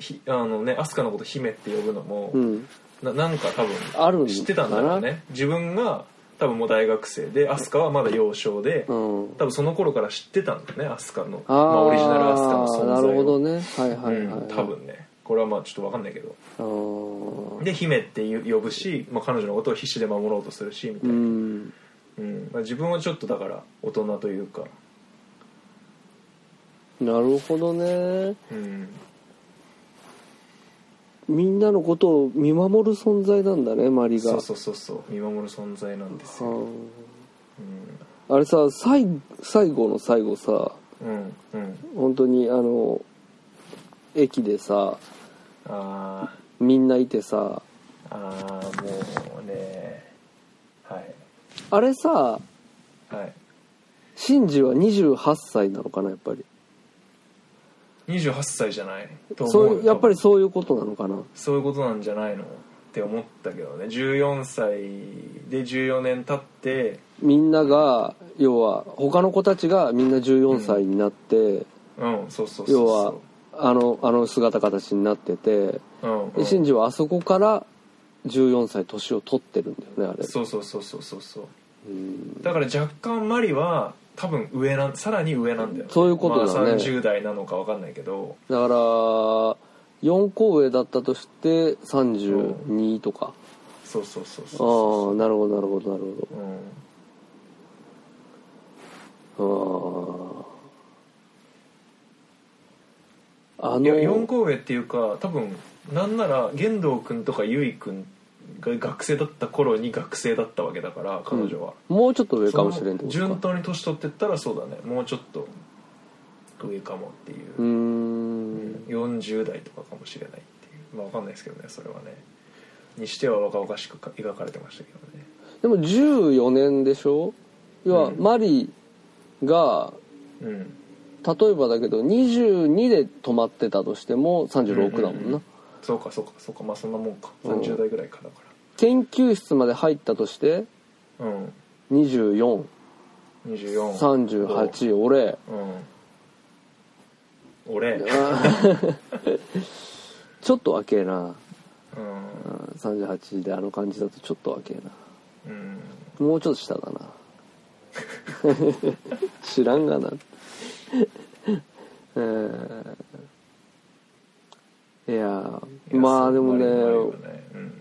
[SPEAKER 3] ひあのね飛鳥のこと姫って呼ぶのも、
[SPEAKER 1] うん
[SPEAKER 3] ななんか多分
[SPEAKER 1] あるんだな
[SPEAKER 3] 知ってたんだろうね自分が多分もう大学生で飛鳥はまだ幼少で、
[SPEAKER 1] うん
[SPEAKER 3] 多分その頃から知ってたんだよねアスカの
[SPEAKER 1] あ
[SPEAKER 3] まあ、
[SPEAKER 1] ー
[SPEAKER 3] オリジナルアスカの存在を
[SPEAKER 1] なるほどねはいはいはい、
[SPEAKER 3] うん、多分ねこれはまあちょっと分かんないけど
[SPEAKER 1] あー
[SPEAKER 3] で姫っていう呼ぶし、まあ、彼女のことを必死で守ろうとするしみた
[SPEAKER 1] う
[SPEAKER 3] いな、うん
[SPEAKER 1] ん
[SPEAKER 3] まあ、自分はちょっとだから大人というか、
[SPEAKER 1] なるほどね
[SPEAKER 3] うん、
[SPEAKER 1] みんなのことを見守る存在なんだねマリが
[SPEAKER 3] そうそうそうそう見守る存在なんですよ、
[SPEAKER 1] あーあれさ最最後の最後さ
[SPEAKER 3] うんうん、
[SPEAKER 1] 本当にあの駅でさ
[SPEAKER 3] あ
[SPEAKER 1] みんないてさ
[SPEAKER 3] ーあーもうねはい
[SPEAKER 1] あれさ
[SPEAKER 3] はい
[SPEAKER 1] シンジは28歳なのかなやっぱり
[SPEAKER 3] 28歳じゃないと思う
[SPEAKER 1] そう
[SPEAKER 3] よ
[SPEAKER 1] やっぱりそういうことなのかな
[SPEAKER 3] そういうことなんじゃないのって思ったけどね14歳で14年経って
[SPEAKER 1] みんなが要は他の子たちがみんな14歳になって、
[SPEAKER 3] うんそうそうそうそう
[SPEAKER 1] 要はあのあの姿形になってて、
[SPEAKER 3] うんう
[SPEAKER 1] で
[SPEAKER 3] ん、
[SPEAKER 1] シンジはあそこから14歳年を取ってるんだよねあれ
[SPEAKER 3] そうそうそうそうそうそう
[SPEAKER 1] うん
[SPEAKER 3] だから若干マリは多分上なんさらに上なんだよ、ね、
[SPEAKER 1] そういうことだね
[SPEAKER 3] まあ、30代なのか分かんないけど
[SPEAKER 1] だから4校上だったとして32とか、
[SPEAKER 3] そうそうそうそう
[SPEAKER 1] ああなるほどなるほどなる
[SPEAKER 3] うん、
[SPEAKER 1] ほどあああ
[SPEAKER 3] いや4
[SPEAKER 1] の
[SPEAKER 3] 校上っていうか多分なんなら玄道君とかゆい君が学生だった頃に学生だったわけだから彼女は、
[SPEAKER 1] もうちょっと上かもしれんってこと
[SPEAKER 3] その順
[SPEAKER 1] か
[SPEAKER 3] 当に年取ってったらそうだねもうちょっと上かもっていう
[SPEAKER 1] ー
[SPEAKER 3] う、
[SPEAKER 1] ん
[SPEAKER 3] 40代とかかもしれないっていうまあ分かんないですけどねそれはねにしては若々しくか描かれてましたけどね
[SPEAKER 1] でも14年でしょ要は
[SPEAKER 3] うん
[SPEAKER 1] マリが
[SPEAKER 3] うん
[SPEAKER 1] 例えばだけど22で止まってたとしても36だもんな、
[SPEAKER 3] うんうんうんそうかそうかそうかまあそんなもんか
[SPEAKER 1] うん
[SPEAKER 3] 30代ぐらいかだか
[SPEAKER 1] 研究室まで入ったとして
[SPEAKER 3] らうん24
[SPEAKER 1] 2438俺
[SPEAKER 3] うん俺うん
[SPEAKER 1] *laughs* ちょっと若えなうん38であの感じだとちょっと若えな
[SPEAKER 3] うん
[SPEAKER 1] もうちょっと下だな *laughs* 知らんがなえーいや
[SPEAKER 3] いや
[SPEAKER 1] まあでも
[SPEAKER 3] そんなに悪い
[SPEAKER 1] ね
[SPEAKER 3] よねうん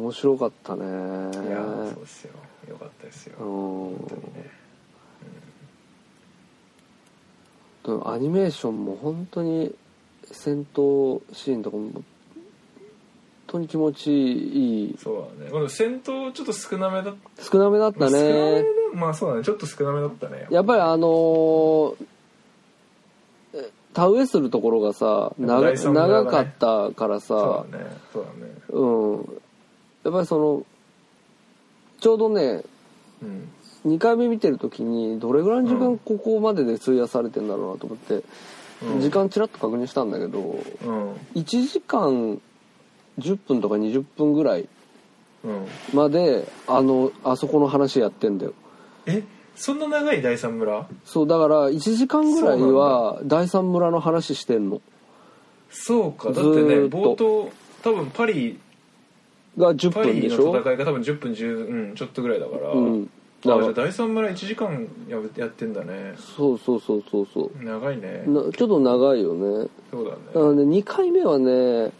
[SPEAKER 1] 面白かったね
[SPEAKER 3] いやそうですよよかったですよ
[SPEAKER 1] うん
[SPEAKER 3] 本当にね
[SPEAKER 1] そのアニメーションも本当に戦闘シーンとかも本当に気持ちいい
[SPEAKER 3] そうだねまあ戦闘ちょっと少なめだっ
[SPEAKER 1] 少なめだったた
[SPEAKER 3] 少なめ
[SPEAKER 1] ね
[SPEAKER 3] だまあそうだねちょっと少なめだったね
[SPEAKER 1] やっぱりあのーえ田植えするところがさ
[SPEAKER 3] でも
[SPEAKER 1] 長
[SPEAKER 3] 第三村が
[SPEAKER 1] 長
[SPEAKER 3] ね
[SPEAKER 1] かったからさ
[SPEAKER 3] そうだねそうだね
[SPEAKER 1] うんやっぱりそのちょうどね
[SPEAKER 3] うん
[SPEAKER 1] 2回目見てる時にどれぐらいの時間ここまでで費やされてんだろうなと思って、
[SPEAKER 3] うん
[SPEAKER 1] 時間ちらっと確認したんだけど
[SPEAKER 3] うん
[SPEAKER 1] 1時間10分とか20分ぐらい
[SPEAKER 3] うん
[SPEAKER 1] まであのあそこの話やってんだよ
[SPEAKER 3] えそんな長い第三村
[SPEAKER 1] そうだから1時間ぐらいは第三村の話してんの
[SPEAKER 3] そうかだっ
[SPEAKER 1] ず
[SPEAKER 3] てね
[SPEAKER 1] ーっと
[SPEAKER 3] 冒頭多分パリ
[SPEAKER 1] が10
[SPEAKER 3] パ
[SPEAKER 1] 分
[SPEAKER 3] リ
[SPEAKER 1] で
[SPEAKER 3] の
[SPEAKER 1] しょ
[SPEAKER 3] 戦いが多分10分10、うん、ちょっとぐらいだから、
[SPEAKER 1] うん
[SPEAKER 3] あじゃ
[SPEAKER 1] だか
[SPEAKER 3] あ
[SPEAKER 1] ら
[SPEAKER 3] 第三村1時間ややってんだね
[SPEAKER 1] そうそうそうそうそう
[SPEAKER 3] 長いね
[SPEAKER 1] なちょっと長いよね
[SPEAKER 3] そうだね
[SPEAKER 1] あのね2回目はね
[SPEAKER 3] うん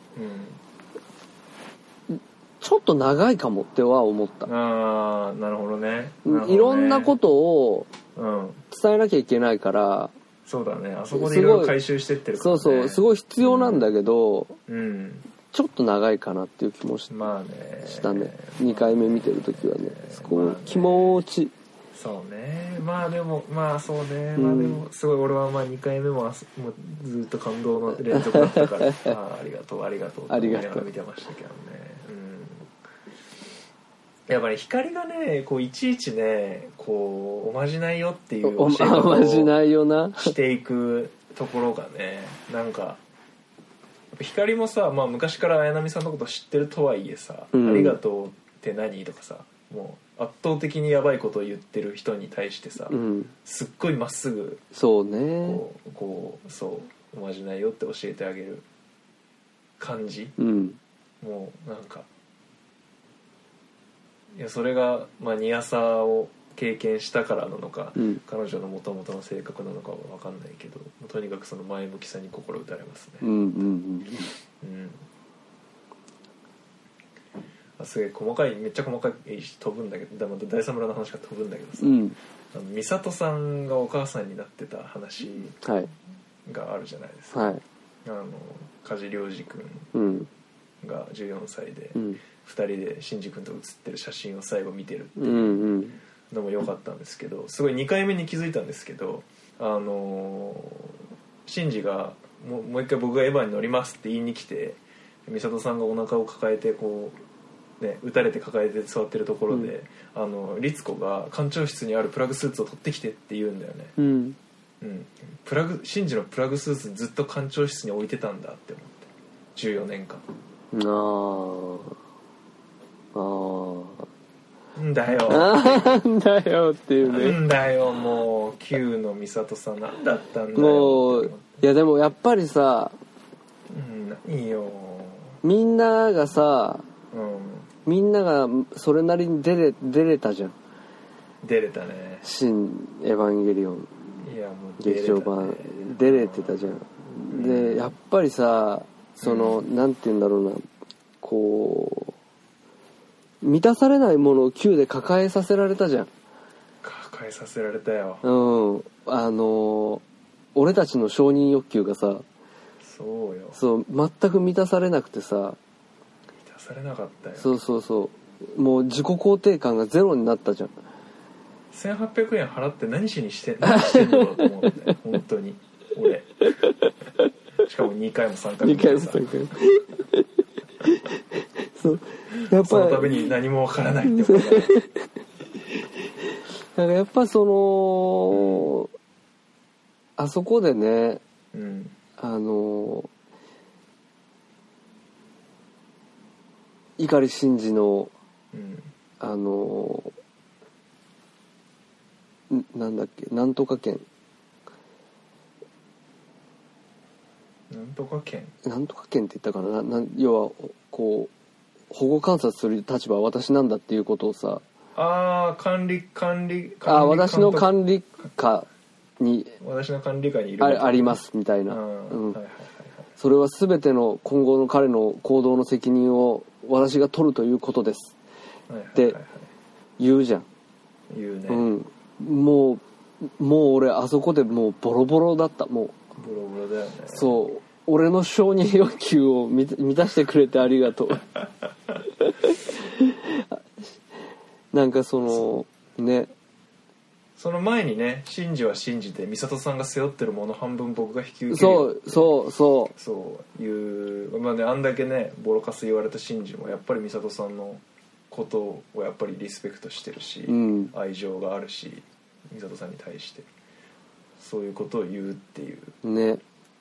[SPEAKER 1] ちょっと長いかもっては思った、
[SPEAKER 3] ああなるほどね
[SPEAKER 1] いろんなこととを
[SPEAKER 3] うん
[SPEAKER 1] 伝えなきゃいけないから
[SPEAKER 3] そうだねあそこでいろいろ回収してってるから、
[SPEAKER 1] そう
[SPEAKER 3] ね、
[SPEAKER 1] そうすごい必要なんだけど、
[SPEAKER 3] うん
[SPEAKER 1] ちょっと長いかなっていう気もし
[SPEAKER 3] まあね
[SPEAKER 1] したね2回目見てる時はねそこ
[SPEAKER 3] まあね
[SPEAKER 1] 気持ち
[SPEAKER 3] そうねまあでもまあそうね、
[SPEAKER 1] うん
[SPEAKER 3] まあでもすごい俺はまあ2回目もあすもうずっと感動の連続だった
[SPEAKER 1] *laughs*
[SPEAKER 3] からああありがとうありがとう
[SPEAKER 1] ありがとう
[SPEAKER 3] 思いなら見てましたけどねうんやっぱり光がねこういちいちねこうおまじないよっていう
[SPEAKER 1] お
[SPEAKER 3] 教え方
[SPEAKER 1] ま
[SPEAKER 3] を
[SPEAKER 1] まじないよな
[SPEAKER 3] していくところがねなんかやっぱ光もさ、まあ、昔から綾波さんのこと知ってるとはいえさ「
[SPEAKER 1] うん
[SPEAKER 3] ありがとうって何?」とかさもう圧倒的にやばいことを言ってる人に対してさ、
[SPEAKER 1] うん
[SPEAKER 3] すっごいまっすぐ
[SPEAKER 1] そうね
[SPEAKER 3] こうこうそうおまじないよって教えてあげる感じ
[SPEAKER 1] うん
[SPEAKER 3] もうなんかいやそれが、まあ、ニアサを経験したからなのか、
[SPEAKER 1] うん
[SPEAKER 3] 彼女のもともとの性格なのかは分かんないけどとにかくその前向きさに心打たれます
[SPEAKER 1] うんう
[SPEAKER 3] ね、
[SPEAKER 1] んうん
[SPEAKER 3] うんあすげえ細かいめっちゃ細かい飛ぶんだけどだまた第三村の話が飛ぶんだけどさ、
[SPEAKER 1] うん
[SPEAKER 3] あの美里さんがお母さんになってた話
[SPEAKER 1] はい
[SPEAKER 3] があるじゃないですか、
[SPEAKER 1] はい
[SPEAKER 3] あの梶良二君
[SPEAKER 1] うん
[SPEAKER 3] が14歳で
[SPEAKER 1] うん
[SPEAKER 3] 2人で真治君と写ってる写真を最後見てる
[SPEAKER 1] うんうん
[SPEAKER 3] のも良かったんですけどすごい2回目に気づいたんですけどあのー、シンジがもうもう一回僕がエヴァに乗りますって言いに来て美里さんがお腹を抱えてこうね打たれて抱えて座ってるところで、あの律子が館長室にあるプラグスーツを取ってきてって言うんだよね、
[SPEAKER 1] うん
[SPEAKER 3] うん、プラグシンジのプラグスーツずっと館長室に置いてたんだって思って14年間
[SPEAKER 1] あーあー
[SPEAKER 3] んだよ
[SPEAKER 1] なんだよっていうね
[SPEAKER 3] なんだよもう Q の美里さんなんだったんだよ
[SPEAKER 1] もういやでもやっぱりさ
[SPEAKER 3] うん何よ
[SPEAKER 1] みんながさ
[SPEAKER 3] うん
[SPEAKER 1] みんながそれなりに出れ出れたじゃん
[SPEAKER 3] 出れたね
[SPEAKER 1] 「新エヴァンゲリオン
[SPEAKER 3] いやもう出れ
[SPEAKER 1] 劇
[SPEAKER 3] た
[SPEAKER 1] 場
[SPEAKER 3] ね
[SPEAKER 1] 版」出れてたじゃんでやっぱりさそのなんて言うんだろうなこう満たされないものを Q で抱えさせられたじゃん
[SPEAKER 3] 抱えさせられたよ
[SPEAKER 1] うんあの俺たちの承認欲求がさ
[SPEAKER 3] そうよ
[SPEAKER 1] そう全く満たされなくてさ
[SPEAKER 3] 満たされなかったよ
[SPEAKER 1] そうそうそうもう自己肯定感がゼロになったじゃん
[SPEAKER 3] 1800円払って何しにして何してんのと思って本当に俺しかも2回も3回も
[SPEAKER 1] 理解も
[SPEAKER 3] さ
[SPEAKER 1] されて *laughs* そうやっ
[SPEAKER 3] その
[SPEAKER 1] ぱ
[SPEAKER 3] ために何もわからないってことだね
[SPEAKER 1] だからやっぱその、あそこでね
[SPEAKER 3] うん
[SPEAKER 1] あの碇シンジの
[SPEAKER 3] うん
[SPEAKER 1] あのんなんだっけなんとか県
[SPEAKER 3] なんとか県
[SPEAKER 1] なんとか県って言ったかなななん要はこう保護観察する立場は私なんだっていうことをさ
[SPEAKER 3] ああ管理管理管理
[SPEAKER 1] あ私の
[SPEAKER 3] 監督
[SPEAKER 1] 管理下に
[SPEAKER 3] 私の管理下にいる
[SPEAKER 1] あありますすみたいな、
[SPEAKER 3] うん
[SPEAKER 1] うん
[SPEAKER 3] はいはいはい
[SPEAKER 1] それは全ての今後の彼の行動の責任を私が取るということです
[SPEAKER 3] はいはいはいはい
[SPEAKER 1] で言うじゃん、
[SPEAKER 3] 言うね
[SPEAKER 1] うんもうもう俺あそこでもうボロボロだったもう
[SPEAKER 3] ボロボロだよね
[SPEAKER 1] そう俺の承認欲求を満た満たしてくれてありがと
[SPEAKER 3] *laughs*
[SPEAKER 1] うなんかそのね
[SPEAKER 3] その前にね信じは信じて美里さんが背負ってるもの半分僕が引き受けるよ
[SPEAKER 1] そうそうそ
[SPEAKER 3] そういうまあねあんだけねボロカス言われた信二もやっぱり美里さんのことをやっぱりリスペクトしてるし、
[SPEAKER 1] うん
[SPEAKER 3] 愛情があるし美里さんに対してそういうことを言うっていう、
[SPEAKER 1] うね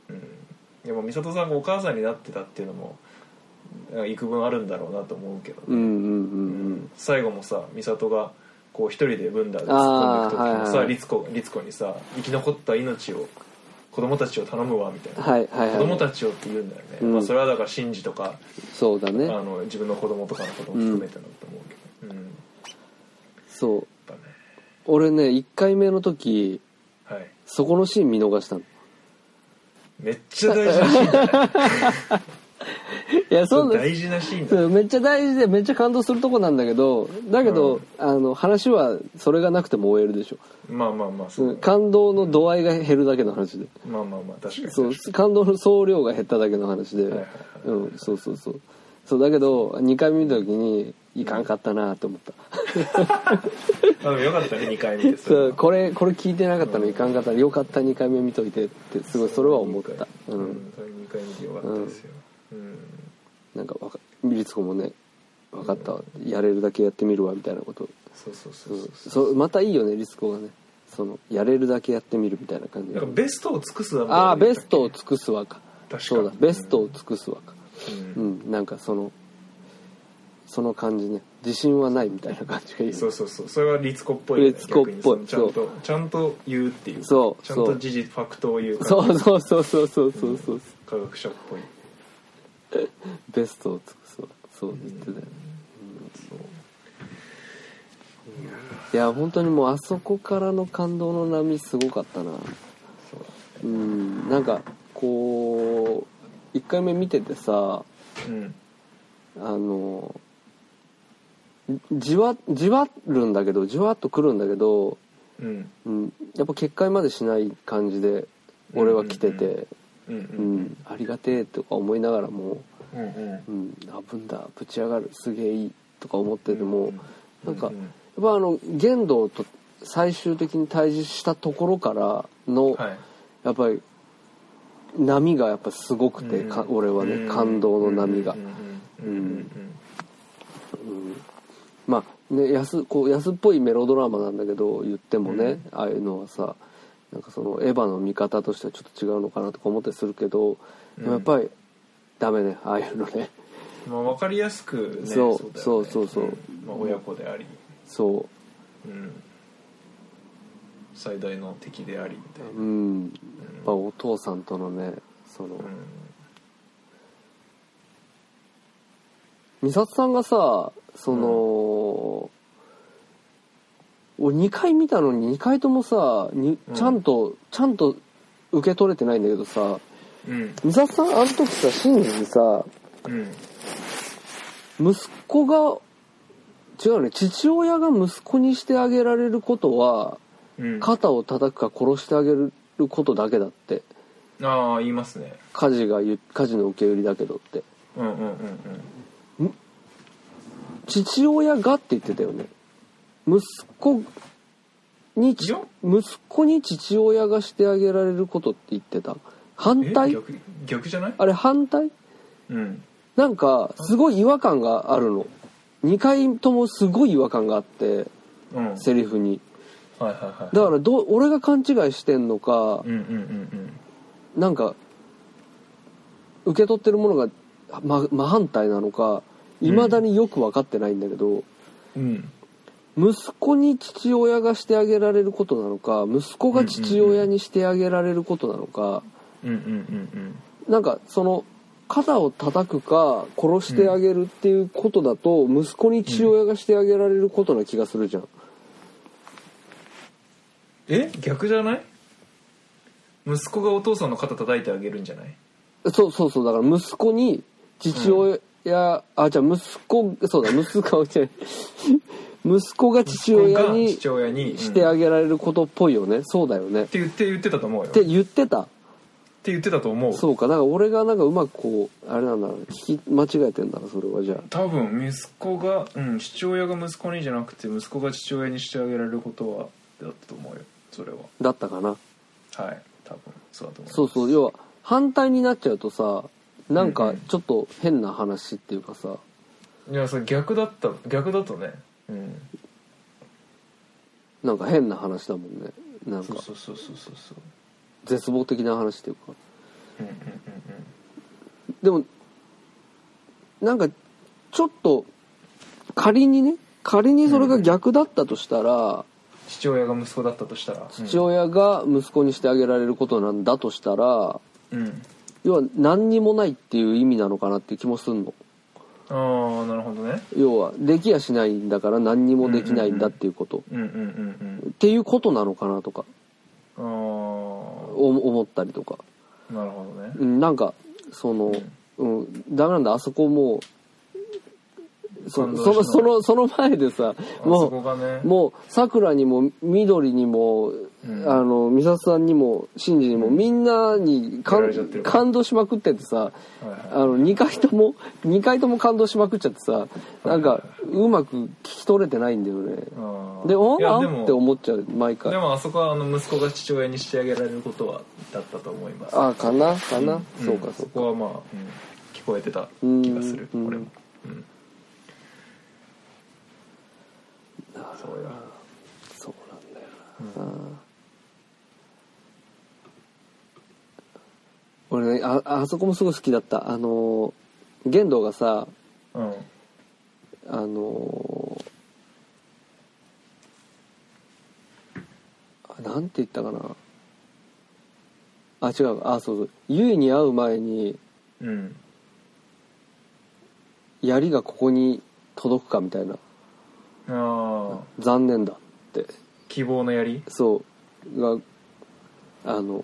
[SPEAKER 3] うん、でも美里さんがお母さんになってたっていうのもなんか幾分あるんだろうなと思うけどね、
[SPEAKER 1] うんうんう
[SPEAKER 3] うん
[SPEAKER 1] うん
[SPEAKER 3] ん最後もさ美里がこう一人で文太で突っ込ん
[SPEAKER 1] あー
[SPEAKER 3] でいく時も
[SPEAKER 1] はい
[SPEAKER 3] さ
[SPEAKER 1] はい
[SPEAKER 3] 律子律子にさ生き残った命を子供たちを頼むわみたいな、
[SPEAKER 1] はいはい
[SPEAKER 3] 子供
[SPEAKER 1] はい
[SPEAKER 3] たちをって言うんだよね、
[SPEAKER 1] うん
[SPEAKER 3] まあ、それはだから信二とか、
[SPEAKER 1] そうだ
[SPEAKER 3] あ
[SPEAKER 1] ね
[SPEAKER 3] の自分の子供とかのことも含めてだと思うけどうん、やっ
[SPEAKER 1] そう
[SPEAKER 3] ぱね
[SPEAKER 1] 俺ね1回目の時
[SPEAKER 3] はい
[SPEAKER 1] そこのシーン見逃したの
[SPEAKER 3] めっちゃ大事な
[SPEAKER 1] *laughs*
[SPEAKER 3] シーンだね
[SPEAKER 1] いやそうだ
[SPEAKER 3] 大事なシーンだね
[SPEAKER 1] そうめっちゃ大事でめっちゃ感動するとこなんだけどだけど、
[SPEAKER 3] うん
[SPEAKER 1] あの話はそれがなくても終えるでしょ
[SPEAKER 3] まあまあまあそううん
[SPEAKER 1] 感動の度合いが減るだけの話で
[SPEAKER 3] まあまあまあ確かに
[SPEAKER 1] そう
[SPEAKER 3] 確
[SPEAKER 1] 感動の総量が減っただけの話で、
[SPEAKER 3] はいはい
[SPEAKER 1] うん、そうそうそうそうだけど2回見た時にいかんかったなと思った、
[SPEAKER 3] かにあでもよかったね2回見てそ
[SPEAKER 1] そ
[SPEAKER 3] れ
[SPEAKER 1] う *laughs* これこれ聞いてなかったのいかんかったらよかった2回目見といてってすごいそれは思ったう、
[SPEAKER 3] うんん、それ2回見てよかったですよ、うん
[SPEAKER 1] なんかわか律子もね分かったやれるだけやってみるわみたいなこと
[SPEAKER 3] そうそうそううそ
[SPEAKER 1] ん
[SPEAKER 3] う
[SPEAKER 1] そうまたいいよね律子がねそのやれるだけやってみるみたいな感じ
[SPEAKER 3] なんかベストを尽くすだみたいな
[SPEAKER 1] ああベストを
[SPEAKER 3] うん
[SPEAKER 1] 尽くすわか
[SPEAKER 3] かに
[SPEAKER 1] そうだベストを尽くすわかう
[SPEAKER 3] うん
[SPEAKER 1] ん、なんかそのその感じね自信はないみたいな感じがいいよね
[SPEAKER 3] そうそうそうそれは律子っぽいよね
[SPEAKER 1] 律子っぽい
[SPEAKER 3] 逆にそのちゃん
[SPEAKER 1] そ
[SPEAKER 3] とちゃんと言うっていう
[SPEAKER 1] そう
[SPEAKER 3] ちゃん
[SPEAKER 1] そ
[SPEAKER 3] と
[SPEAKER 1] う
[SPEAKER 3] 事実ファクトを言うから
[SPEAKER 1] そうそうそうそうそうそうそう、
[SPEAKER 3] 科学者っぽい
[SPEAKER 1] ベストを尽くすわそう言ってたよね、
[SPEAKER 3] そう
[SPEAKER 1] いや本当にもうあそこからの感動の波すごかったな
[SPEAKER 3] そう
[SPEAKER 1] うんなんかこう1回目見ててさ
[SPEAKER 3] だね
[SPEAKER 1] あのじわじわるんだけどじわっとくるんだけど、
[SPEAKER 3] うんうん
[SPEAKER 1] うん、やっぱ決壊までしない感じで俺は来てて、
[SPEAKER 3] う
[SPEAKER 1] うん
[SPEAKER 3] ん
[SPEAKER 1] ありがてえとか思いながらも
[SPEAKER 3] うんうん
[SPEAKER 1] う、うん、あぶんだぶち上がるすげえいいとか思ってても、
[SPEAKER 3] うんうん
[SPEAKER 1] なんか、
[SPEAKER 3] うんうん
[SPEAKER 1] やっぱあの玄道と最終的に対峙したところからの、
[SPEAKER 3] はい
[SPEAKER 1] やっぱり波がやっぱすごくて、か俺はね、
[SPEAKER 3] うん
[SPEAKER 1] 感動の波が、
[SPEAKER 3] うんうんうんうん
[SPEAKER 1] まあね安こう安っぽいメロドラマなんだけど言ってもね、ああいうのはさなんかそのエヴァの見方としてはちょっと違うのかなとか思ったりするけど、でもやっぱりダメねああいうのね
[SPEAKER 3] うんまあ分かりやすくね
[SPEAKER 1] そう
[SPEAKER 3] だよね
[SPEAKER 1] そうそうそうん
[SPEAKER 3] まあ親子であり
[SPEAKER 1] そ
[SPEAKER 3] うん最大の敵でありみたいうな
[SPEAKER 1] うんやっぱお父さんとのねその、美里さんがさその、俺2回見たのに2回ともさに
[SPEAKER 3] うん
[SPEAKER 1] ちゃんと、ちゃんと受け取れてないんだけどさ
[SPEAKER 3] うんうん
[SPEAKER 1] 美里さんあの時さ真珠にさ
[SPEAKER 3] うん
[SPEAKER 1] 息子が違うね父親が息子にしてあげられることは
[SPEAKER 3] うん
[SPEAKER 1] 肩を叩くか殺してあげることだけだって
[SPEAKER 3] ああ言いますね
[SPEAKER 1] 家事が言う家事の受け売りだけどって
[SPEAKER 3] うんうんうんうん
[SPEAKER 1] 父親がって言ってたよね息子にち
[SPEAKER 3] いや
[SPEAKER 1] 息子に父親がしてあげられることって言ってた反
[SPEAKER 3] え
[SPEAKER 1] 対
[SPEAKER 3] 逆逆じゃない
[SPEAKER 1] あれ反対
[SPEAKER 3] うん
[SPEAKER 1] なんかすごい違和感があるの2回ともすごい違和感があって
[SPEAKER 3] うんはい
[SPEAKER 1] セリフに
[SPEAKER 3] はいはい
[SPEAKER 1] だからどう俺が勘違いしてんのか
[SPEAKER 3] うんうんうん
[SPEAKER 1] なんか受け取ってるものが真真反対なのかいまだによく分かってないんだけど、
[SPEAKER 3] うんうん
[SPEAKER 1] 息子に父親がしてあげられることなのか息子が父親にしてあげられることなのか、
[SPEAKER 3] うんうんうん
[SPEAKER 1] なんかその肩を叩くか殺してあげるっていうことだと、息子に父親がしてあげられることな気がするじゃん、
[SPEAKER 3] え逆じゃない息子がお父さんの肩叩いてあげるんじゃない
[SPEAKER 1] そうそうそうだから息子に父親いやあじゃあ息子そうだ息子が *laughs* 違う息子が父親
[SPEAKER 3] が
[SPEAKER 1] に
[SPEAKER 3] 父親に
[SPEAKER 1] して
[SPEAKER 3] うん
[SPEAKER 1] あ
[SPEAKER 3] っ
[SPEAKER 1] げられることっぽいよねそうだよねって
[SPEAKER 3] 言って言ってたと思うよ
[SPEAKER 1] て
[SPEAKER 3] っ
[SPEAKER 1] 言ってた
[SPEAKER 3] て言ってたと思う
[SPEAKER 1] そうかだから俺がなんかうまくこうあれなんだろう聞き間違えてんだなそれはじゃあ
[SPEAKER 3] 多分息子が、うん、父親が息子にじゃなくて息子が父親にしてあげられることはだったと思うよそれは
[SPEAKER 1] だったかな
[SPEAKER 3] はい多分そうだと思います
[SPEAKER 1] そうそう要は反対になっちゃうとさなん
[SPEAKER 3] うんう
[SPEAKER 1] か
[SPEAKER 3] ん
[SPEAKER 1] ちょっと変な話っていうかさ、
[SPEAKER 3] いやそれ逆だった逆だとねうん
[SPEAKER 1] なんか変な話だもんねなん
[SPEAKER 3] そ
[SPEAKER 1] か
[SPEAKER 3] うそうそうそうそうそう
[SPEAKER 1] 絶望的な話っていうか
[SPEAKER 3] うんうんうん
[SPEAKER 1] でもなんかちょっと仮にね仮にそれが逆だったとしたら、
[SPEAKER 3] 父親が息子だったとしたら
[SPEAKER 1] 父親が息子にしてあげられることなんだとしたら
[SPEAKER 3] うん、うん、
[SPEAKER 1] 要は何にもないっていう意味なのかなっていう気もすんの
[SPEAKER 3] ああなるほどね
[SPEAKER 1] 要はできやしないんだから何にもできないんだっていうこと、
[SPEAKER 3] うんうんうん
[SPEAKER 1] っていうことなのかなとか
[SPEAKER 3] うんあ
[SPEAKER 1] お思ったりとか、
[SPEAKER 3] あなるほどね
[SPEAKER 1] うん、なんかその、うん、ダメなんだあそこもうそ
[SPEAKER 3] 感動し
[SPEAKER 1] その
[SPEAKER 3] た
[SPEAKER 1] そのその前でさ
[SPEAKER 3] あそこ
[SPEAKER 1] も
[SPEAKER 3] がね
[SPEAKER 1] うもうさくらにも緑にも、
[SPEAKER 3] うん
[SPEAKER 1] あの美里さんにも真治にも、みんなに感
[SPEAKER 3] やられちゃってるから
[SPEAKER 1] 感動しまくっててさ
[SPEAKER 3] はいはい
[SPEAKER 1] あの2回とも2回とも感動しまくっちゃってさなんかうまく聞き取れてないんだよね。
[SPEAKER 3] あー
[SPEAKER 1] で「お
[SPEAKER 3] いや
[SPEAKER 1] あ
[SPEAKER 3] で
[SPEAKER 1] ん?」
[SPEAKER 3] も
[SPEAKER 1] って思っちゃう毎
[SPEAKER 3] で
[SPEAKER 1] 回
[SPEAKER 3] もあそこはあの息子が父親にしてあげられることはだったと思います
[SPEAKER 1] ああかなかな、そうか
[SPEAKER 3] ん
[SPEAKER 1] そ
[SPEAKER 3] そう
[SPEAKER 1] か
[SPEAKER 3] こはまあ、うん聞こえてた気がする
[SPEAKER 1] うん
[SPEAKER 3] 俺も、うん、そうや
[SPEAKER 1] そうなんだよな、あー俺ねああそこもすごい好きだったあのー玄道がさ
[SPEAKER 3] うん
[SPEAKER 1] あのーなんて言ったかなあ違うあそうそうゆいに会う前に
[SPEAKER 3] うん
[SPEAKER 1] 槍がここに届くかみたいな
[SPEAKER 3] ああ
[SPEAKER 1] 残念だって
[SPEAKER 3] 希望の槍
[SPEAKER 1] そうがあの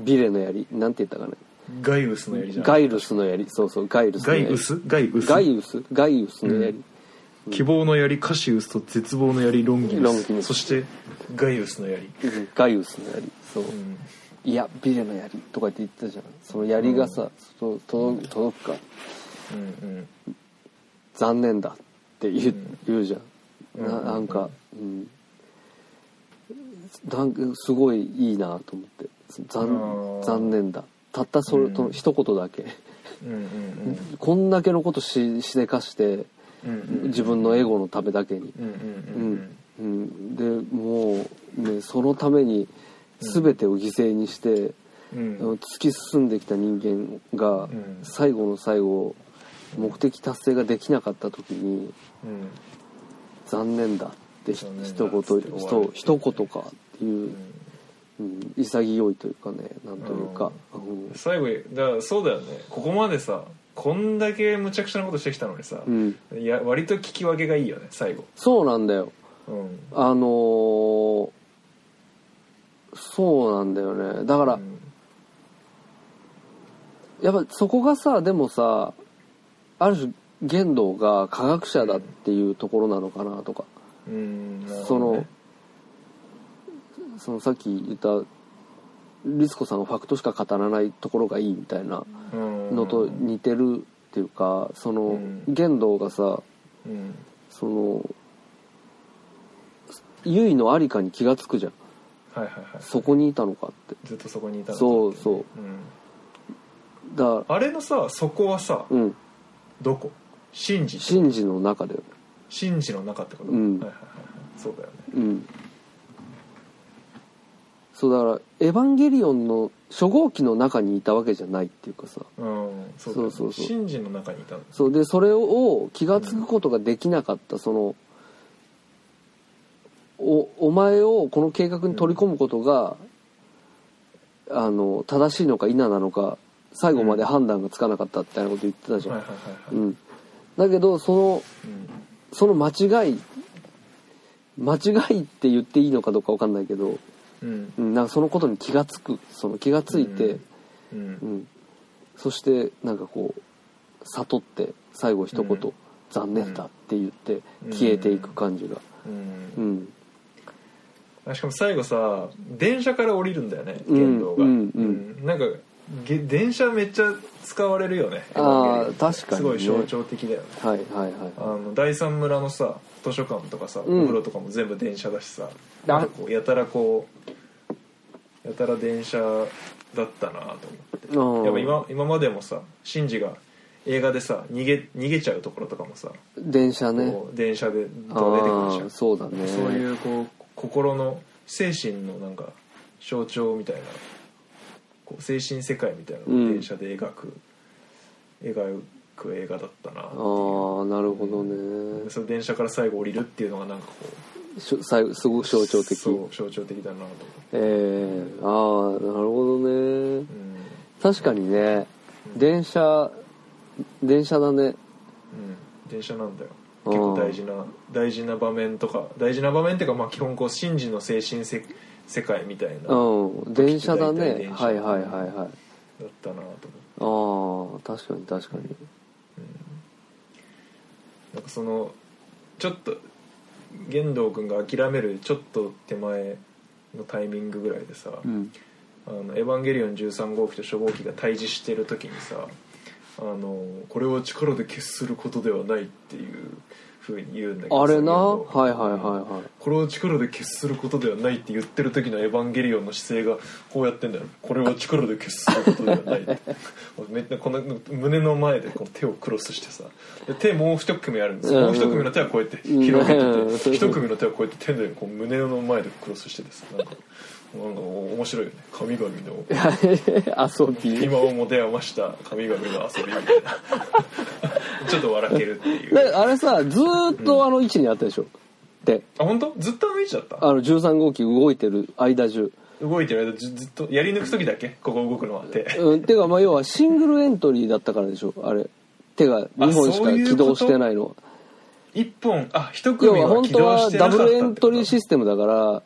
[SPEAKER 1] ビレの槍なんて言ったかね
[SPEAKER 3] ガイウスの槍じゃん
[SPEAKER 1] ガイルスの槍そうそうガイルスの
[SPEAKER 3] ガ
[SPEAKER 1] 槍
[SPEAKER 3] イウスガイウス
[SPEAKER 1] ガイウスガイウスの槍、
[SPEAKER 3] うん希望の槍カシウスと絶望の槍ロンギヌス
[SPEAKER 1] ロンギヌス
[SPEAKER 3] そしてガイウスの槍、
[SPEAKER 1] うんガイウスの槍そう、
[SPEAKER 3] うん、
[SPEAKER 1] いやビレの槍とか言って言ってたじゃんその槍がさ、そう届く届くか
[SPEAKER 3] うん
[SPEAKER 1] 残念だって言う,、言うじゃんな
[SPEAKER 3] うん
[SPEAKER 1] なんか、うんなんかすごいいいなと思って
[SPEAKER 3] あ
[SPEAKER 1] 残
[SPEAKER 3] ー
[SPEAKER 1] 残念だたったそれ、
[SPEAKER 3] うん
[SPEAKER 1] と一言だけ
[SPEAKER 3] うんうんうん
[SPEAKER 1] こんだけのことししでかして
[SPEAKER 3] うんうん
[SPEAKER 1] 自分のエゴのためだけに、
[SPEAKER 3] うんうんう
[SPEAKER 1] う
[SPEAKER 3] ん
[SPEAKER 1] んうん、でもう、ね、そのために全てを犠牲にして、
[SPEAKER 3] うん
[SPEAKER 1] あの突き進んできた人間が
[SPEAKER 3] ん
[SPEAKER 1] 最後の最後目的達成ができなかった時に
[SPEAKER 3] うん
[SPEAKER 1] 「残念だ」ってひ
[SPEAKER 3] 残念だ
[SPEAKER 1] 一言
[SPEAKER 3] つって終わ
[SPEAKER 1] 一
[SPEAKER 3] る
[SPEAKER 1] 一言かっていう、うん、潔いというかねなんというか、うん
[SPEAKER 3] 最後だからそうだよねここまでさこんだけむちゃくちゃなことしてきたのにさ、
[SPEAKER 1] うん
[SPEAKER 3] いや割と聞き分けがいいよね最後
[SPEAKER 1] そうなんだよ。
[SPEAKER 3] うん
[SPEAKER 1] あのーそうなんだよねだから、
[SPEAKER 3] うん
[SPEAKER 1] やっぱそこがさでもさある種玄道が科学者だっていうところなのかなとか、
[SPEAKER 3] うんなるほ
[SPEAKER 1] そ
[SPEAKER 3] ど
[SPEAKER 1] の
[SPEAKER 3] ね
[SPEAKER 1] そのさっき言った律子さんがファクトしか語らないところがいいみたいな
[SPEAKER 3] うん
[SPEAKER 1] のと似てるっていうかその
[SPEAKER 3] ん
[SPEAKER 1] 玄道がさ
[SPEAKER 3] うん
[SPEAKER 1] そのゆいのありかに気が付くじゃん
[SPEAKER 3] はいはいはい
[SPEAKER 1] そこにいたのかって
[SPEAKER 3] ずっとそこにいたの
[SPEAKER 1] そうそう
[SPEAKER 3] うん
[SPEAKER 1] だ
[SPEAKER 3] あれのさそこはさ、
[SPEAKER 1] うん
[SPEAKER 3] どこシンジって
[SPEAKER 1] 真珠の中だよね
[SPEAKER 3] シンジの中ってこと、
[SPEAKER 1] うん
[SPEAKER 3] はいはいはいはいそうだよね
[SPEAKER 1] うんそうだから「エヴァンゲリオン」の初号機の中にいたわけじゃないっていうかさ
[SPEAKER 3] うんそうだ
[SPEAKER 1] そ
[SPEAKER 3] よね
[SPEAKER 1] うそうそう
[SPEAKER 3] シンジの中にいたの
[SPEAKER 1] そうでそれを気が付くことができなかったそのおお前をこの計画に取り込むことが、あの正しいのか否なのか最後まで判断がつかなかったみたいなこと言ってたじゃ
[SPEAKER 3] は
[SPEAKER 1] ん、
[SPEAKER 3] いはいはいは
[SPEAKER 1] う
[SPEAKER 3] い、
[SPEAKER 1] ん、だけどその
[SPEAKER 3] うん
[SPEAKER 1] その間違い間違いって言っていいのかどうかわかんないけど、
[SPEAKER 3] うん
[SPEAKER 1] うん、なんかそのことに気がつくその気がついて、
[SPEAKER 3] う
[SPEAKER 1] うんんそしてなんかこう悟って最後一言「
[SPEAKER 3] うん
[SPEAKER 1] 残念だ」って言って
[SPEAKER 3] うん
[SPEAKER 1] 消えていく感じが
[SPEAKER 3] うん
[SPEAKER 1] うん
[SPEAKER 3] あしかも最後さ電車から降りるんだよね剣道が、
[SPEAKER 1] うんうんうん
[SPEAKER 3] うんなんかげ電車めっちゃ使われるよね
[SPEAKER 1] あー
[SPEAKER 3] エヴァンゲリオンって
[SPEAKER 1] 確かにね
[SPEAKER 3] すごい象徴的だよね
[SPEAKER 1] はいはいはい
[SPEAKER 3] あの第三村のさ図書館とかさ、
[SPEAKER 1] う
[SPEAKER 3] お
[SPEAKER 1] ん
[SPEAKER 3] 風呂とかも全部電車だしさ
[SPEAKER 1] あ
[SPEAKER 3] なんかこうやたらこうやたら電車だったなと思って
[SPEAKER 1] あー
[SPEAKER 3] やっぱ今今までもさシンジが映画でさ逃げ逃げちゃうところとかもさ、
[SPEAKER 1] 電車ね
[SPEAKER 3] こう電車で
[SPEAKER 1] あ
[SPEAKER 3] どう出てくるじゃ
[SPEAKER 1] ー
[SPEAKER 3] ん
[SPEAKER 1] そうだね
[SPEAKER 3] そういうこう心の精神のなんか象徴みたいなこう精神世界みたいな
[SPEAKER 1] う
[SPEAKER 3] のを
[SPEAKER 1] ん
[SPEAKER 3] 電車で描く、描く映画だったなって
[SPEAKER 1] あ
[SPEAKER 3] い
[SPEAKER 1] あ
[SPEAKER 3] う
[SPEAKER 1] ーなるほどね
[SPEAKER 3] その電車から最後降りるっていうのがなんかこ
[SPEAKER 1] しょ最後すごく
[SPEAKER 3] う
[SPEAKER 1] 象徴的
[SPEAKER 3] そう象徴的だなと思
[SPEAKER 1] ええああなるほどね
[SPEAKER 3] う、うん
[SPEAKER 1] 確かにね
[SPEAKER 3] うん
[SPEAKER 1] 電車電車だね
[SPEAKER 3] うん、電車なんだよ結構大事な大事な場面とか大事な場面っていうかまあ基本こう真珠の精神せ世界みたいなだっ
[SPEAKER 1] うん電車だ
[SPEAKER 3] 大体
[SPEAKER 1] ね
[SPEAKER 3] 電車
[SPEAKER 1] はいはいはいはい
[SPEAKER 3] たなと思って
[SPEAKER 1] ああ確かに確かに
[SPEAKER 3] なんかそのちょっと玄道君が諦めるちょっと手前のタイミングぐらいでさ「
[SPEAKER 1] うん
[SPEAKER 3] あのエヴァンゲリオン13号機」と初号機が対峙してる時にさ「あのこれは力で決することではない」っていうふうに言うんだけど
[SPEAKER 1] あれな
[SPEAKER 3] その
[SPEAKER 1] はい
[SPEAKER 3] 玄
[SPEAKER 1] はい
[SPEAKER 3] 道
[SPEAKER 1] はい
[SPEAKER 3] 君
[SPEAKER 1] はい
[SPEAKER 3] これを力で決することではないって言ってる時のエヴァンゲリオンの姿勢がこうやってんだよこれは力で決することではないめっちゃこの胸の前でこう手をクロスしてさで手もう一組あるんですよ、
[SPEAKER 1] うん
[SPEAKER 3] もう一組の手はこうやって広げてて、
[SPEAKER 1] うん
[SPEAKER 3] 一組の手はこうやって手でこう胸の前でクロスしててさなんかなんか面白いよね神々の
[SPEAKER 1] 遊
[SPEAKER 3] *laughs*
[SPEAKER 1] び
[SPEAKER 3] 今を持て余した神々の遊びみたいな *laughs* ちょっと笑けるってい
[SPEAKER 1] で
[SPEAKER 3] う
[SPEAKER 1] あれさずーっとあの位置にあったでしょで
[SPEAKER 3] あ本当ずっとあの位置だった
[SPEAKER 1] あの13号機動いてる間中
[SPEAKER 3] 動いてる間ずずっとやり抜く時だけここ動くのはって
[SPEAKER 1] うんてかまあ要はシングルエントリーだったからでしょあれ手が2本し
[SPEAKER 3] あそう
[SPEAKER 1] か
[SPEAKER 3] いうこと
[SPEAKER 1] 起動してないのは
[SPEAKER 3] 一本あ一組
[SPEAKER 1] 要
[SPEAKER 3] は
[SPEAKER 1] は本
[SPEAKER 3] 起
[SPEAKER 1] 当
[SPEAKER 3] 動
[SPEAKER 1] は
[SPEAKER 3] して
[SPEAKER 1] ダ
[SPEAKER 3] なかった
[SPEAKER 1] ブルエントリー
[SPEAKER 3] っ
[SPEAKER 1] システムだから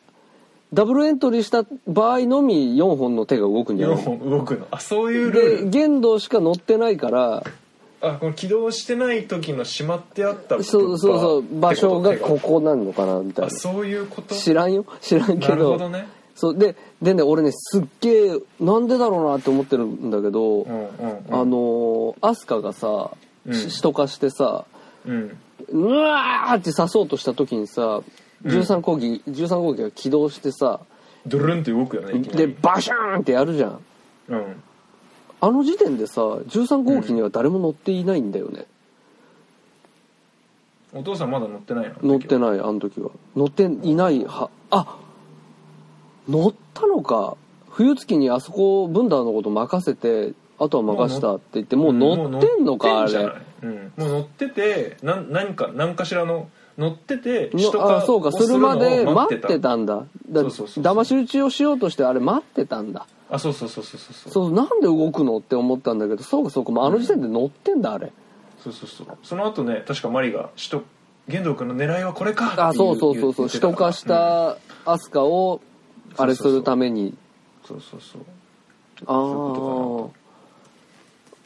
[SPEAKER 1] ダブルエントリーした場合のみ4本の手が動くんじゃ
[SPEAKER 3] 4
[SPEAKER 1] ない
[SPEAKER 3] 本動くのあそういうルー
[SPEAKER 1] で
[SPEAKER 3] ル
[SPEAKER 1] 限度しか乗ってないから
[SPEAKER 3] あこの起動してない時のしまってあった
[SPEAKER 1] そうそうそう場所がここなんのかなみたい
[SPEAKER 3] あ
[SPEAKER 1] な
[SPEAKER 3] そういうこと
[SPEAKER 1] 知らんよ知らんけ
[SPEAKER 3] なる
[SPEAKER 1] ど
[SPEAKER 3] ほどね
[SPEAKER 1] そうででね俺ねすっげえなんでだろうなって思ってるんだけど、
[SPEAKER 3] うんうんうん
[SPEAKER 1] あのーアスカがさ、
[SPEAKER 3] うん
[SPEAKER 1] しシト化してさ
[SPEAKER 3] うん
[SPEAKER 1] うわーって刺そうとした時にさ13攻撃、13攻撃が起動してさ
[SPEAKER 3] ドルンって動くよねいきな
[SPEAKER 1] で
[SPEAKER 3] り
[SPEAKER 1] バシャーンってやるじゃん
[SPEAKER 3] うん
[SPEAKER 1] あの時点でさ13号機には誰も乗っていないんだよね、
[SPEAKER 3] お父さんまだ乗ってないの
[SPEAKER 1] 乗って
[SPEAKER 3] い
[SPEAKER 1] ないあの時は乗っていないはあ乗ったのか冬月にあそこブンダーのこと任せてあとは任したって言ってもう乗ってんのかあれ
[SPEAKER 3] うんもう乗っててなん何か何かしらの乗ってて
[SPEAKER 1] の
[SPEAKER 3] 人
[SPEAKER 1] あそうかそれまで待ってたんだだ
[SPEAKER 3] そうそうそうそう
[SPEAKER 1] 騙し討ちをしようとしてあれ待ってたんだ
[SPEAKER 3] あそうそうそうそうそうそう
[SPEAKER 1] そうなんで動くのって思ったんだけどそうかそうかもうあの時点で乗ってんだあれ
[SPEAKER 3] そうそうそうその後ね確かマリが首都玄道君の狙いはこれかってい
[SPEAKER 1] あそうそうそうそ
[SPEAKER 3] 言
[SPEAKER 1] う
[SPEAKER 3] って
[SPEAKER 1] 使
[SPEAKER 3] た
[SPEAKER 1] 徒
[SPEAKER 3] から
[SPEAKER 1] 化したアスカをあれするために
[SPEAKER 3] うんそうそうそう
[SPEAKER 1] あ
[SPEAKER 3] ういうこ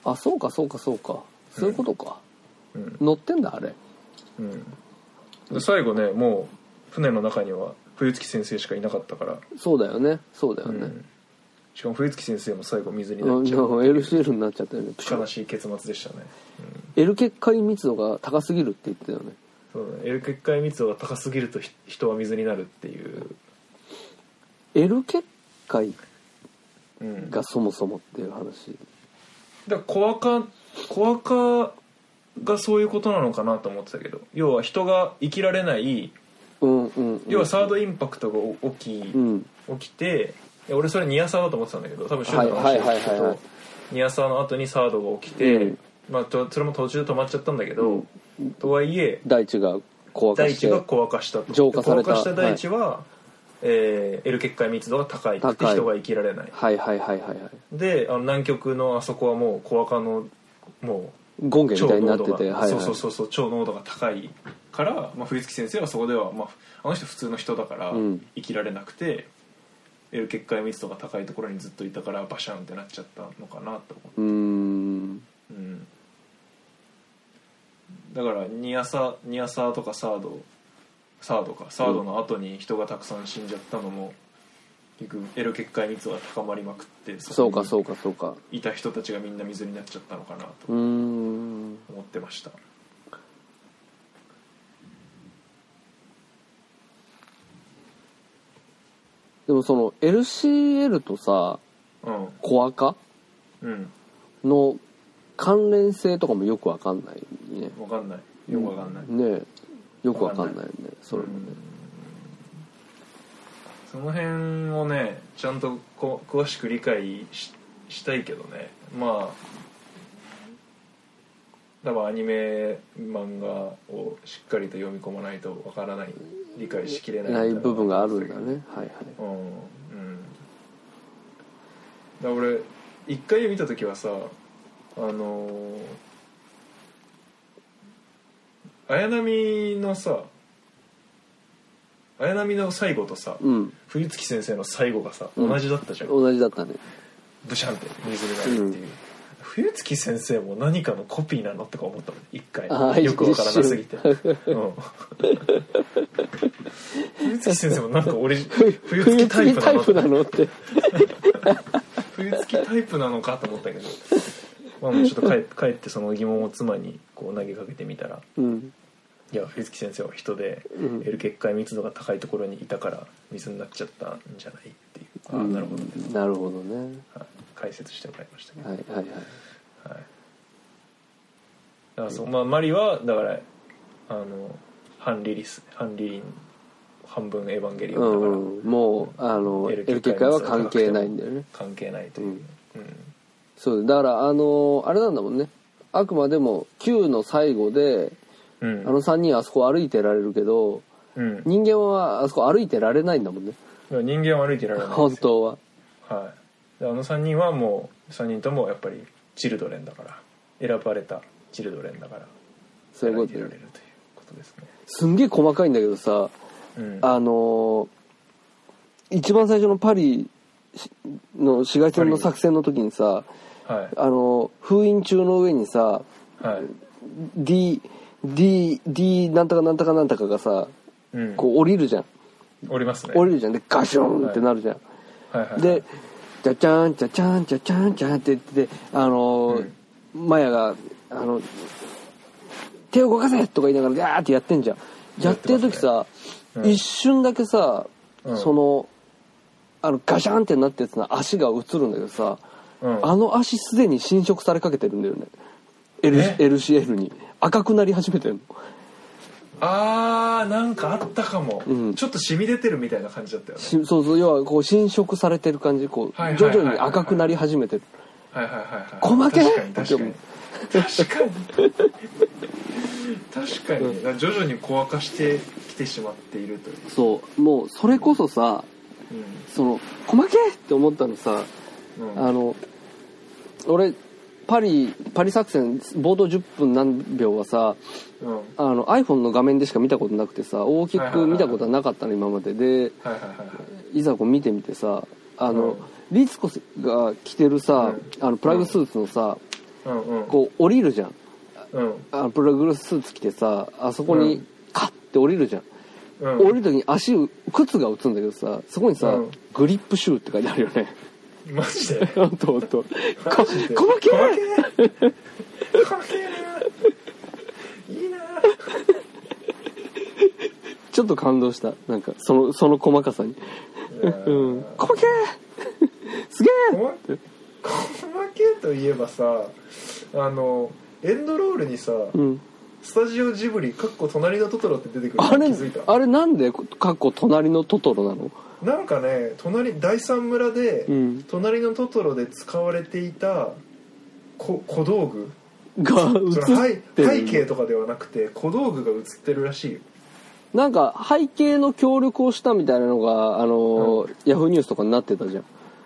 [SPEAKER 1] ああそうかそうかそうかそういうことか、
[SPEAKER 3] うん
[SPEAKER 1] 乗ってんだあれ
[SPEAKER 3] うんで最後ねもう船の中には冬月先生しかいなかったから、
[SPEAKER 1] そうだよねそうだよ
[SPEAKER 3] う
[SPEAKER 1] ね、
[SPEAKER 3] ん、しかも冬月先生も最後水に
[SPEAKER 1] う
[SPEAKER 3] なんっ
[SPEAKER 1] い
[SPEAKER 3] ち
[SPEAKER 1] や
[SPEAKER 3] ゃう
[SPEAKER 1] LCL になっちゃったよね
[SPEAKER 3] 悲しい結末でしたね、
[SPEAKER 1] エル結界密度が高すぎるって言ってたよね
[SPEAKER 3] うん、そうね L 結界密度が高すぎるとひ人は水になるっていう、
[SPEAKER 1] エル結界
[SPEAKER 3] うん、だ
[SPEAKER 1] がそもそもっていう話
[SPEAKER 3] から小赤小赤がそういうことなのかなと思ってたけど要は人が生きられない
[SPEAKER 1] うんうん、うん、
[SPEAKER 3] 要はサードインパクトが起き、
[SPEAKER 1] うん
[SPEAKER 3] 起きていや俺それニアサーだと思ってたんだけど多分シュートの
[SPEAKER 1] はい
[SPEAKER 3] 話
[SPEAKER 1] はいはい
[SPEAKER 3] を
[SPEAKER 1] は
[SPEAKER 3] 聞
[SPEAKER 1] い
[SPEAKER 3] くとニアサーの後にサードが起きて、
[SPEAKER 1] うん
[SPEAKER 3] まあ、とそれも途中で止まっちゃったんだけど、とはいえ
[SPEAKER 1] 大地が怖化
[SPEAKER 3] 大
[SPEAKER 1] し
[SPEAKER 3] 地
[SPEAKER 1] て
[SPEAKER 3] が小化したと
[SPEAKER 1] 浄化された
[SPEAKER 3] 小化した大地は、えー L 結界密度が高いくて
[SPEAKER 1] 高い
[SPEAKER 3] 人が生きられない
[SPEAKER 1] はいはいはいはいはい
[SPEAKER 3] であの南極のあそこはもう小化のも
[SPEAKER 1] ゴ
[SPEAKER 3] う
[SPEAKER 1] ンゲみたいにな
[SPEAKER 3] 濃
[SPEAKER 1] って
[SPEAKER 3] 度
[SPEAKER 1] て
[SPEAKER 3] が、
[SPEAKER 1] はいはい
[SPEAKER 3] そうそうそうそう超濃度が高いから、まあ、冬月先生はそこでは、まあ、あの人普通の人だから
[SPEAKER 1] うん
[SPEAKER 3] 生きられなくて、L 結界密度が高いところにずっといたからバシャンってなっちゃったのかなと思
[SPEAKER 1] うーん
[SPEAKER 3] う、うん、だからニアサニアサーとかサードサードかサードの後に人がたくさん死んじゃったのも、結局エロ結界密度が高まりまくって
[SPEAKER 1] そうかそううかそうか
[SPEAKER 3] いた人たちがみんな水になっちゃったのかなと
[SPEAKER 1] うーん
[SPEAKER 3] 思ってました、
[SPEAKER 1] でもその LCL とさ
[SPEAKER 3] うん
[SPEAKER 1] コア化
[SPEAKER 3] うん
[SPEAKER 1] の関連性とかもよくわかんないね
[SPEAKER 3] 分かんないよく分かんない、
[SPEAKER 1] ねえよくわかんないよねそれもね
[SPEAKER 3] その辺をねちゃんとこ詳しく理解ししたいけどねまあ多分アニメ漫画をしっかりと読み込まないとわからない理解しきれない
[SPEAKER 1] ない部分があるんだ
[SPEAKER 3] ね
[SPEAKER 1] ねはいはい
[SPEAKER 3] うんうんだから俺一回見た時はさあのー綾波のさ綾波の最後とさ、
[SPEAKER 1] うん
[SPEAKER 3] 冬月先生の最後がさ、
[SPEAKER 1] うん
[SPEAKER 3] 同じだったじゃん
[SPEAKER 1] 同じだったね
[SPEAKER 3] ブシャンって水になるっていう、冬月先生も何かのコピーなのとか思ったの一回
[SPEAKER 1] あー
[SPEAKER 3] よくわからなすぎて、 *laughs* うん、冬月先生もなんか俺冬月タ
[SPEAKER 1] *laughs*
[SPEAKER 3] イプなの
[SPEAKER 1] 冬月タイプなのって
[SPEAKER 3] 冬付きタイプなのかと思ったけど、まあ、もうちょっと帰帰ってその疑問を妻にこう投げかけてみたら
[SPEAKER 1] うん
[SPEAKER 3] 「いや冬月先生は人で、
[SPEAKER 1] うん
[SPEAKER 3] L 結界密度が高いところにいたから水になっちゃったんじゃない?」っていうああなるほどね、
[SPEAKER 1] うんなるほどね
[SPEAKER 3] はい、解説してもらいましたけど、
[SPEAKER 1] はいはいは
[SPEAKER 3] は
[SPEAKER 1] い
[SPEAKER 3] い、だからそうまあ、マリはだからあの半リリス半リリン半分エヴァンゲリ
[SPEAKER 1] う
[SPEAKER 3] オンだから、
[SPEAKER 1] んうんもうあの
[SPEAKER 3] L
[SPEAKER 1] L
[SPEAKER 3] 結界
[SPEAKER 1] 結界は関係ないんだよね
[SPEAKER 3] 関係ないという、うん
[SPEAKER 1] そうだからあのあれなんだもんねあくまでも Q の最後で
[SPEAKER 3] うん
[SPEAKER 1] あの3人あそこ歩いてられるけど
[SPEAKER 3] うん、
[SPEAKER 1] 人間はあそこ歩いてられないんだもんね
[SPEAKER 3] 人間は歩いていられないんですよ
[SPEAKER 1] 本当は
[SPEAKER 3] はい、であの3人はもう3人ともやっぱりチルドレンだから選ばれたチルドレンだから
[SPEAKER 1] そういうこと
[SPEAKER 3] 選ん
[SPEAKER 1] で
[SPEAKER 3] でいられるということですね、
[SPEAKER 1] すんげえ細かいんだけどさ
[SPEAKER 3] うん、
[SPEAKER 1] あのー一番最初のパリの紫外線の作戦の時にさ
[SPEAKER 3] は
[SPEAKER 1] あのー封印中の上にさ
[SPEAKER 3] いはい
[SPEAKER 1] DDD なんとかなんとかなんとかがさ
[SPEAKER 3] うん
[SPEAKER 1] こう降りるじゃん
[SPEAKER 3] 降りますね
[SPEAKER 1] 降りるじゃんでガションってなるじゃん、
[SPEAKER 3] はいはい
[SPEAKER 1] で「じゃちゃんじゃちゃんじゃちゃんじゃん」って言っててあのー、マヤがあの「手を動かせ!」とか言いながらガーってやってんじゃんやってる時さ、
[SPEAKER 3] ますねうん
[SPEAKER 1] 一瞬だけさ、
[SPEAKER 3] うん
[SPEAKER 1] そのあのガシャンってなったやつの足が映るんだけどさ、
[SPEAKER 3] うん
[SPEAKER 1] あの足すでに侵食されかけてるんだよね L
[SPEAKER 3] え
[SPEAKER 1] LCL に赤くなり始めてるの
[SPEAKER 3] あーなんかあったかも、
[SPEAKER 1] うん
[SPEAKER 3] ちょっと染み出てるみたいな感じだったよね
[SPEAKER 1] しそうそう要はこう侵食されてる感じこう
[SPEAKER 3] はいはいはい
[SPEAKER 1] 徐
[SPEAKER 3] はい
[SPEAKER 1] 々に赤くなり始めてる
[SPEAKER 3] はいはいはいはい
[SPEAKER 1] 細けえ
[SPEAKER 3] 確かに確かに確かに確かにだから徐々に小化してきてしまっているという、
[SPEAKER 1] そうもうそれこそさその細けえって思ったのさ
[SPEAKER 3] うんうん、
[SPEAKER 1] あの俺パリパリ作戦冒頭10分何秒はさ
[SPEAKER 3] うんはい
[SPEAKER 1] あの iPhone の画面でしか見たことなくてさ大きく見たことはなかったの今までで
[SPEAKER 3] はいはいはい
[SPEAKER 1] いざこう見てみてさあの、
[SPEAKER 3] うん
[SPEAKER 1] リツコが着てるさ、
[SPEAKER 3] う
[SPEAKER 1] あのプラグスーツのさ、
[SPEAKER 3] うんうん
[SPEAKER 1] こう降りるじゃん
[SPEAKER 3] うん
[SPEAKER 1] あのプラグスーツ着てさあそこ
[SPEAKER 3] う
[SPEAKER 1] に
[SPEAKER 3] ん
[SPEAKER 1] カッて降りるじゃ
[SPEAKER 3] う
[SPEAKER 1] ん、
[SPEAKER 3] ん
[SPEAKER 1] 降りる時に足を靴が打つんだけどさそこにさ、
[SPEAKER 3] うん
[SPEAKER 1] グリップシューって書いてあるよね
[SPEAKER 3] マジで
[SPEAKER 1] ほんとほんとこ
[SPEAKER 3] マジで細
[SPEAKER 1] 細けえ
[SPEAKER 3] けえ細けえないいな
[SPEAKER 1] ちょっと感動したなんかそのその細かさにうん細けえすげ
[SPEAKER 3] こ
[SPEAKER 1] え
[SPEAKER 3] ま細けえといえばさあのエンドロールにさ、
[SPEAKER 1] うん
[SPEAKER 3] スタジオジブリかっこ隣のトトロって出てくる
[SPEAKER 1] あ
[SPEAKER 3] の
[SPEAKER 1] れ
[SPEAKER 3] 気づいた
[SPEAKER 1] あれなんでかっこ隣のトトロなの
[SPEAKER 3] なんかね隣第三村で、
[SPEAKER 1] うん
[SPEAKER 3] 隣のトトロで使われていたこ小道具
[SPEAKER 1] が
[SPEAKER 3] それ
[SPEAKER 1] 映って
[SPEAKER 3] 背背景
[SPEAKER 1] る
[SPEAKER 3] とかではなくて小道具が映ってるらしいよ
[SPEAKER 1] なんか背景の協力をしたみたいなのがあの、ヤフーニュースとかになってたじゃん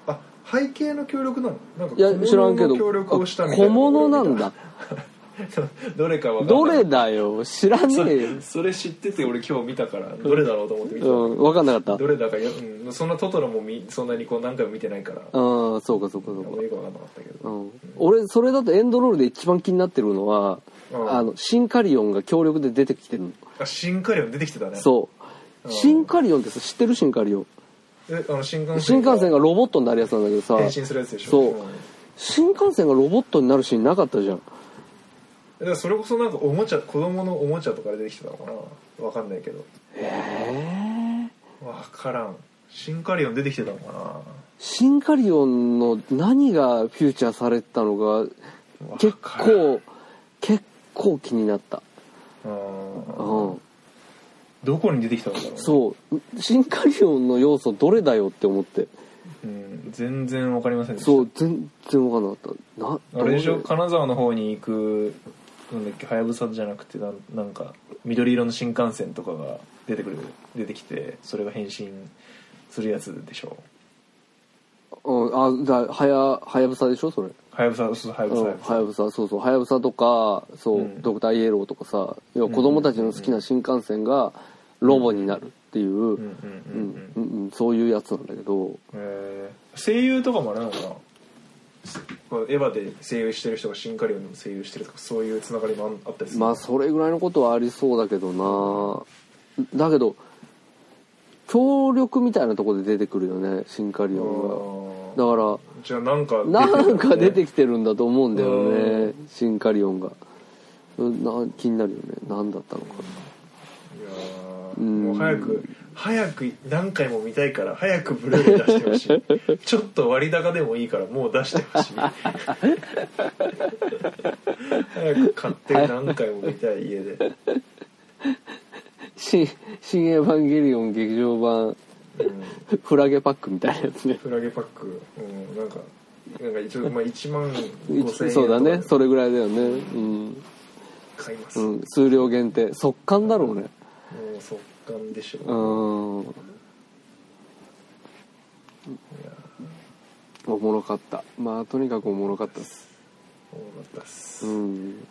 [SPEAKER 3] あ背景の協力なのなんか
[SPEAKER 1] いや知らんけど
[SPEAKER 3] 小物の協力をしたみたいな
[SPEAKER 1] 小物なんだ
[SPEAKER 3] *laughs* どれかわかんない
[SPEAKER 1] どれだよ知らね
[SPEAKER 3] そ
[SPEAKER 1] えよ
[SPEAKER 3] れそれ知ってて俺今日見たからどれだろうと思って見てた、
[SPEAKER 1] うん分かんなかった
[SPEAKER 3] どれだかよ、うん、そんなトトロもみそんなにこう何回も見てないからあ
[SPEAKER 1] うんそうかそうかそ
[SPEAKER 3] んま
[SPEAKER 1] うか
[SPEAKER 3] よくわかんなかったけ
[SPEAKER 1] う
[SPEAKER 3] ど
[SPEAKER 1] ん、俺それだとエンドロールで一番気になってるのは
[SPEAKER 3] うあ
[SPEAKER 1] あのシンカリオンが強力で出てきてるの、
[SPEAKER 3] あ新カリオン出てきてたね
[SPEAKER 1] そう
[SPEAKER 3] うん
[SPEAKER 1] シンカリオンってさ知ってるシンカリオン
[SPEAKER 3] えあの新幹線
[SPEAKER 1] 新幹線がロボットになるやつなんだけどさ
[SPEAKER 3] 変身するやつでしょ
[SPEAKER 1] そうん
[SPEAKER 3] だか
[SPEAKER 1] 新幹線がロボットになるシーンなかったじゃん
[SPEAKER 3] らそれこそなんかおもちゃ子供のおもちゃとかで出てきてたのかなわかんないけど
[SPEAKER 1] ええ
[SPEAKER 3] わからん新カリオン出てきてたのか
[SPEAKER 1] シンカリオンの何がフューチャーされてたのか
[SPEAKER 3] な
[SPEAKER 1] 結
[SPEAKER 3] わからん
[SPEAKER 1] 構結構気になったう
[SPEAKER 3] あ
[SPEAKER 1] ん
[SPEAKER 3] ーどこに出てきたんだろうね
[SPEAKER 1] そうシンカリオンの要素どれだよって思って
[SPEAKER 3] うん、全然わかりませんでした
[SPEAKER 1] そう全然わかんなかったな
[SPEAKER 3] あれでしょ
[SPEAKER 1] どれ
[SPEAKER 3] 金沢の方に行くなんだっけはやぶさじゃなくてなんなんか緑色の新幹線とかが出てくる出てきてそれが変身するやつでしょ
[SPEAKER 1] うん、あだはやはやぶさでしょそれ
[SPEAKER 3] はやぶさそうはやぶさ
[SPEAKER 1] うんはやぶさそうそうはやぶさとかそう、
[SPEAKER 3] うん
[SPEAKER 1] ドクターイエローとかさ要は子供たちの好きな新幹線がロボになるっていう、
[SPEAKER 3] うんうん
[SPEAKER 1] う
[SPEAKER 3] うんうんん、
[SPEAKER 1] うんうんそういうやつなんだけど
[SPEAKER 3] えー声優とかもあれなのかなこうエヴァで声優してる人がシンカリオンでも声優してるとかそういうつながりもああったりする
[SPEAKER 1] まあそれぐらいのことはありそうだけどなだけど協力みたいなところで出てくるよねシンカリオン
[SPEAKER 3] あー
[SPEAKER 1] がだか
[SPEAKER 3] じゃあなんか出てる
[SPEAKER 1] ら
[SPEAKER 3] ね
[SPEAKER 1] なんか出てきてるんだと思うんだよ
[SPEAKER 3] う
[SPEAKER 1] ねシンカリオンがうんな気になるよね何だったのか
[SPEAKER 3] いやー
[SPEAKER 1] うん
[SPEAKER 3] もう早く早く何回も見たいから早くブルーレイ出してほ
[SPEAKER 1] *laughs*
[SPEAKER 3] しいちょっと割高でもいいからもう出してほしい早く買って何回も見たい家で、
[SPEAKER 1] 新「新エヴァンゲリオン劇場版
[SPEAKER 3] うん、
[SPEAKER 1] フラゲパック」みたいなやつね
[SPEAKER 3] フラゲパック、うん、なんかなんか一応まあ1万5000円
[SPEAKER 1] そうだね
[SPEAKER 3] と
[SPEAKER 1] そ
[SPEAKER 3] か
[SPEAKER 1] れぐらいだよねうん、
[SPEAKER 3] 買います、
[SPEAKER 1] う
[SPEAKER 3] も
[SPEAKER 1] ん、数量限定速乾だろうね
[SPEAKER 3] う速乾でしょ、
[SPEAKER 1] うーん
[SPEAKER 3] いや
[SPEAKER 1] おもろかったまあとにかくおもろかったです
[SPEAKER 3] ー多かったっす、
[SPEAKER 1] うん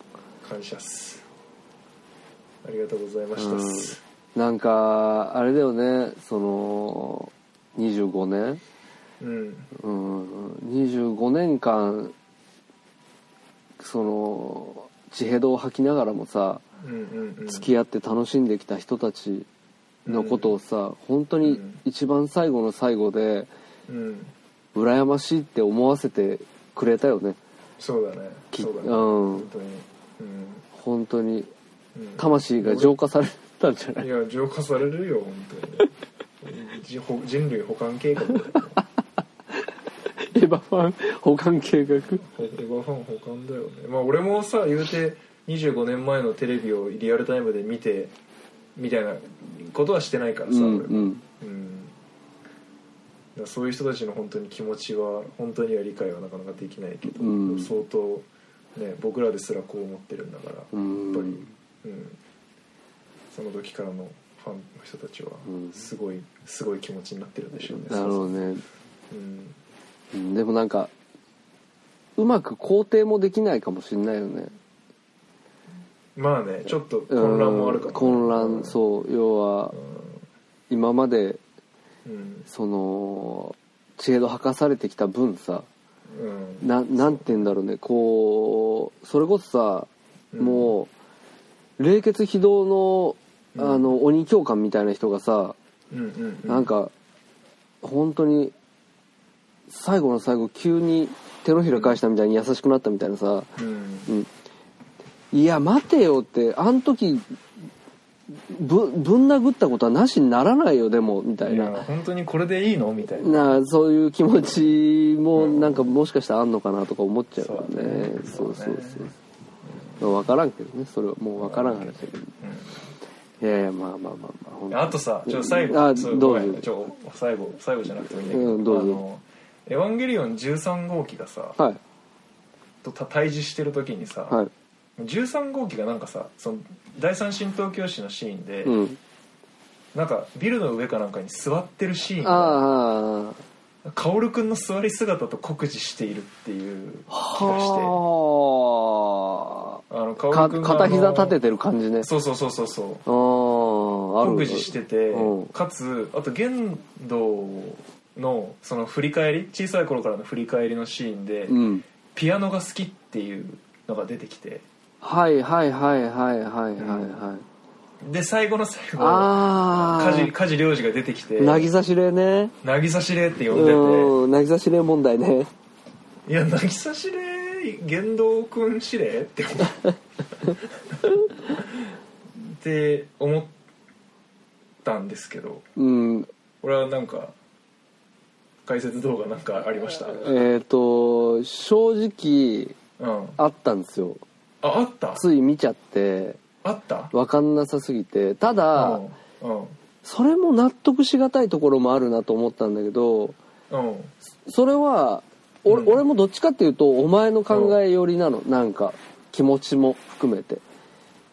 [SPEAKER 3] 感謝っすありがとうございましたっす、
[SPEAKER 1] なんかあれだよねその25年
[SPEAKER 3] うん
[SPEAKER 1] うん25年間その地平道を吐きながらもさ
[SPEAKER 3] うんうんうん
[SPEAKER 1] 付き合って楽しんできた人たちのことをさ本当に一番最後の最後で
[SPEAKER 3] うん
[SPEAKER 1] 羨ましいって思わせてくれたよね
[SPEAKER 3] そうだね
[SPEAKER 1] き
[SPEAKER 3] そうだね、
[SPEAKER 1] うん
[SPEAKER 3] 本当に
[SPEAKER 1] 本当に
[SPEAKER 3] うん、うん、
[SPEAKER 1] 魂が浄化されたんじゃない
[SPEAKER 3] いや浄化されるよ本当にじほ人類保管計画だよ
[SPEAKER 1] エヴァファン保管計画
[SPEAKER 3] エヴァファン保管だよねまあ俺もさ言うて25年前のテレビをリアルタイムで見てみたいなことはしてないから
[SPEAKER 1] う
[SPEAKER 3] さ、
[SPEAKER 1] ん
[SPEAKER 3] 俺
[SPEAKER 1] う
[SPEAKER 3] も
[SPEAKER 1] ん
[SPEAKER 3] うんだからそういう人たちの本当に気持ちは本当には理解はなかなかできないけど、
[SPEAKER 1] うん
[SPEAKER 3] 相当、ね、僕らですらこう思ってるんだから、
[SPEAKER 1] うん
[SPEAKER 3] やっぱり、うん、その時からのファンの人たちは
[SPEAKER 1] うん
[SPEAKER 3] すごい、すごい気持ちになってるでしょうね。
[SPEAKER 1] なるほどね
[SPEAKER 3] うん
[SPEAKER 1] うんでもなんかうまく肯定もできないかもしれないよね
[SPEAKER 3] まあねちょっと混乱もあるか
[SPEAKER 1] う
[SPEAKER 3] ら
[SPEAKER 1] ん混乱そう要は今まで
[SPEAKER 3] うん、うん
[SPEAKER 1] その知恵度吐かされてきた分さ
[SPEAKER 3] うん
[SPEAKER 1] ななんて言うんだろうねこうそれこそさ
[SPEAKER 3] うん
[SPEAKER 1] もう冷血非道の
[SPEAKER 3] うん
[SPEAKER 1] あの鬼教官みたいな人がさ
[SPEAKER 3] うんうんうん、
[SPEAKER 1] なんか本当に最後の最後急に手のひら返したみたいに優しくなったみたいなさ
[SPEAKER 3] うん、
[SPEAKER 1] うんいや待てよってあの時ぶぶん殴ったことはなしにならないよでもみたい
[SPEAKER 3] い
[SPEAKER 1] な
[SPEAKER 3] や本当にこれでいいのみたいな
[SPEAKER 1] なあそういう気持ちもなんかもしかしたらあんのかなとか思っちゃうからねそ
[SPEAKER 3] そうう
[SPEAKER 1] そ
[SPEAKER 3] だね
[SPEAKER 1] うそう分からんけどねそれはもう分からん話だけどいやいやまあまあまあまあほんと
[SPEAKER 3] あとさちょっと最後
[SPEAKER 1] あ
[SPEAKER 3] そう
[SPEAKER 1] どうぞ
[SPEAKER 3] ごめんちょ最後最後じゃなくてもいいんだけど,、
[SPEAKER 1] うんどうぞ
[SPEAKER 3] あの「エヴァンゲリオン13号機」がさ、
[SPEAKER 1] はい
[SPEAKER 3] とた対峙してる時にさ、
[SPEAKER 1] はい
[SPEAKER 3] 13号機がなんかさその第三神東教師のシーンで、
[SPEAKER 1] うん
[SPEAKER 3] なんかビルの上かなんかに座ってるシーンが
[SPEAKER 1] ああ
[SPEAKER 3] 薫君の座り姿と酷似しているっていう気がしてあの
[SPEAKER 1] はあ
[SPEAKER 3] 薫
[SPEAKER 1] か
[SPEAKER 3] 君が
[SPEAKER 1] 片膝立て
[SPEAKER 3] て
[SPEAKER 1] てる感じね
[SPEAKER 3] そうそうそうそうそう
[SPEAKER 1] ああある
[SPEAKER 3] 酷似してて
[SPEAKER 1] うん
[SPEAKER 3] かつあと剣道のその振り返り小さい頃からの振り返りのシーンで、
[SPEAKER 1] うん
[SPEAKER 3] ピアノが好きっていうのが出てきて
[SPEAKER 1] ははいはいはいはいはいはいはい
[SPEAKER 3] で最後の最後
[SPEAKER 1] ああ
[SPEAKER 3] 梶梶良二が出てきて
[SPEAKER 1] 渚司令ね
[SPEAKER 3] 渚司令って呼んでて
[SPEAKER 1] うん渚司令問題ね
[SPEAKER 3] いや渚司令言動君司令って思うって思ったんですけど
[SPEAKER 1] うん
[SPEAKER 3] 俺はなんか解説動画なんかありましたうん
[SPEAKER 1] えっ、と正直
[SPEAKER 3] あ
[SPEAKER 1] あったんですよ
[SPEAKER 3] あった
[SPEAKER 1] つい見ちゃって
[SPEAKER 3] あった
[SPEAKER 1] 分かんなさすぎてただ
[SPEAKER 3] うんうん
[SPEAKER 1] それも納得しがたいところもあるなと思ったんだけど
[SPEAKER 3] うん
[SPEAKER 1] それは俺,、
[SPEAKER 3] うん
[SPEAKER 1] 俺もどっちかっていうとお前の考え寄りなの、なんか気持ちも含めて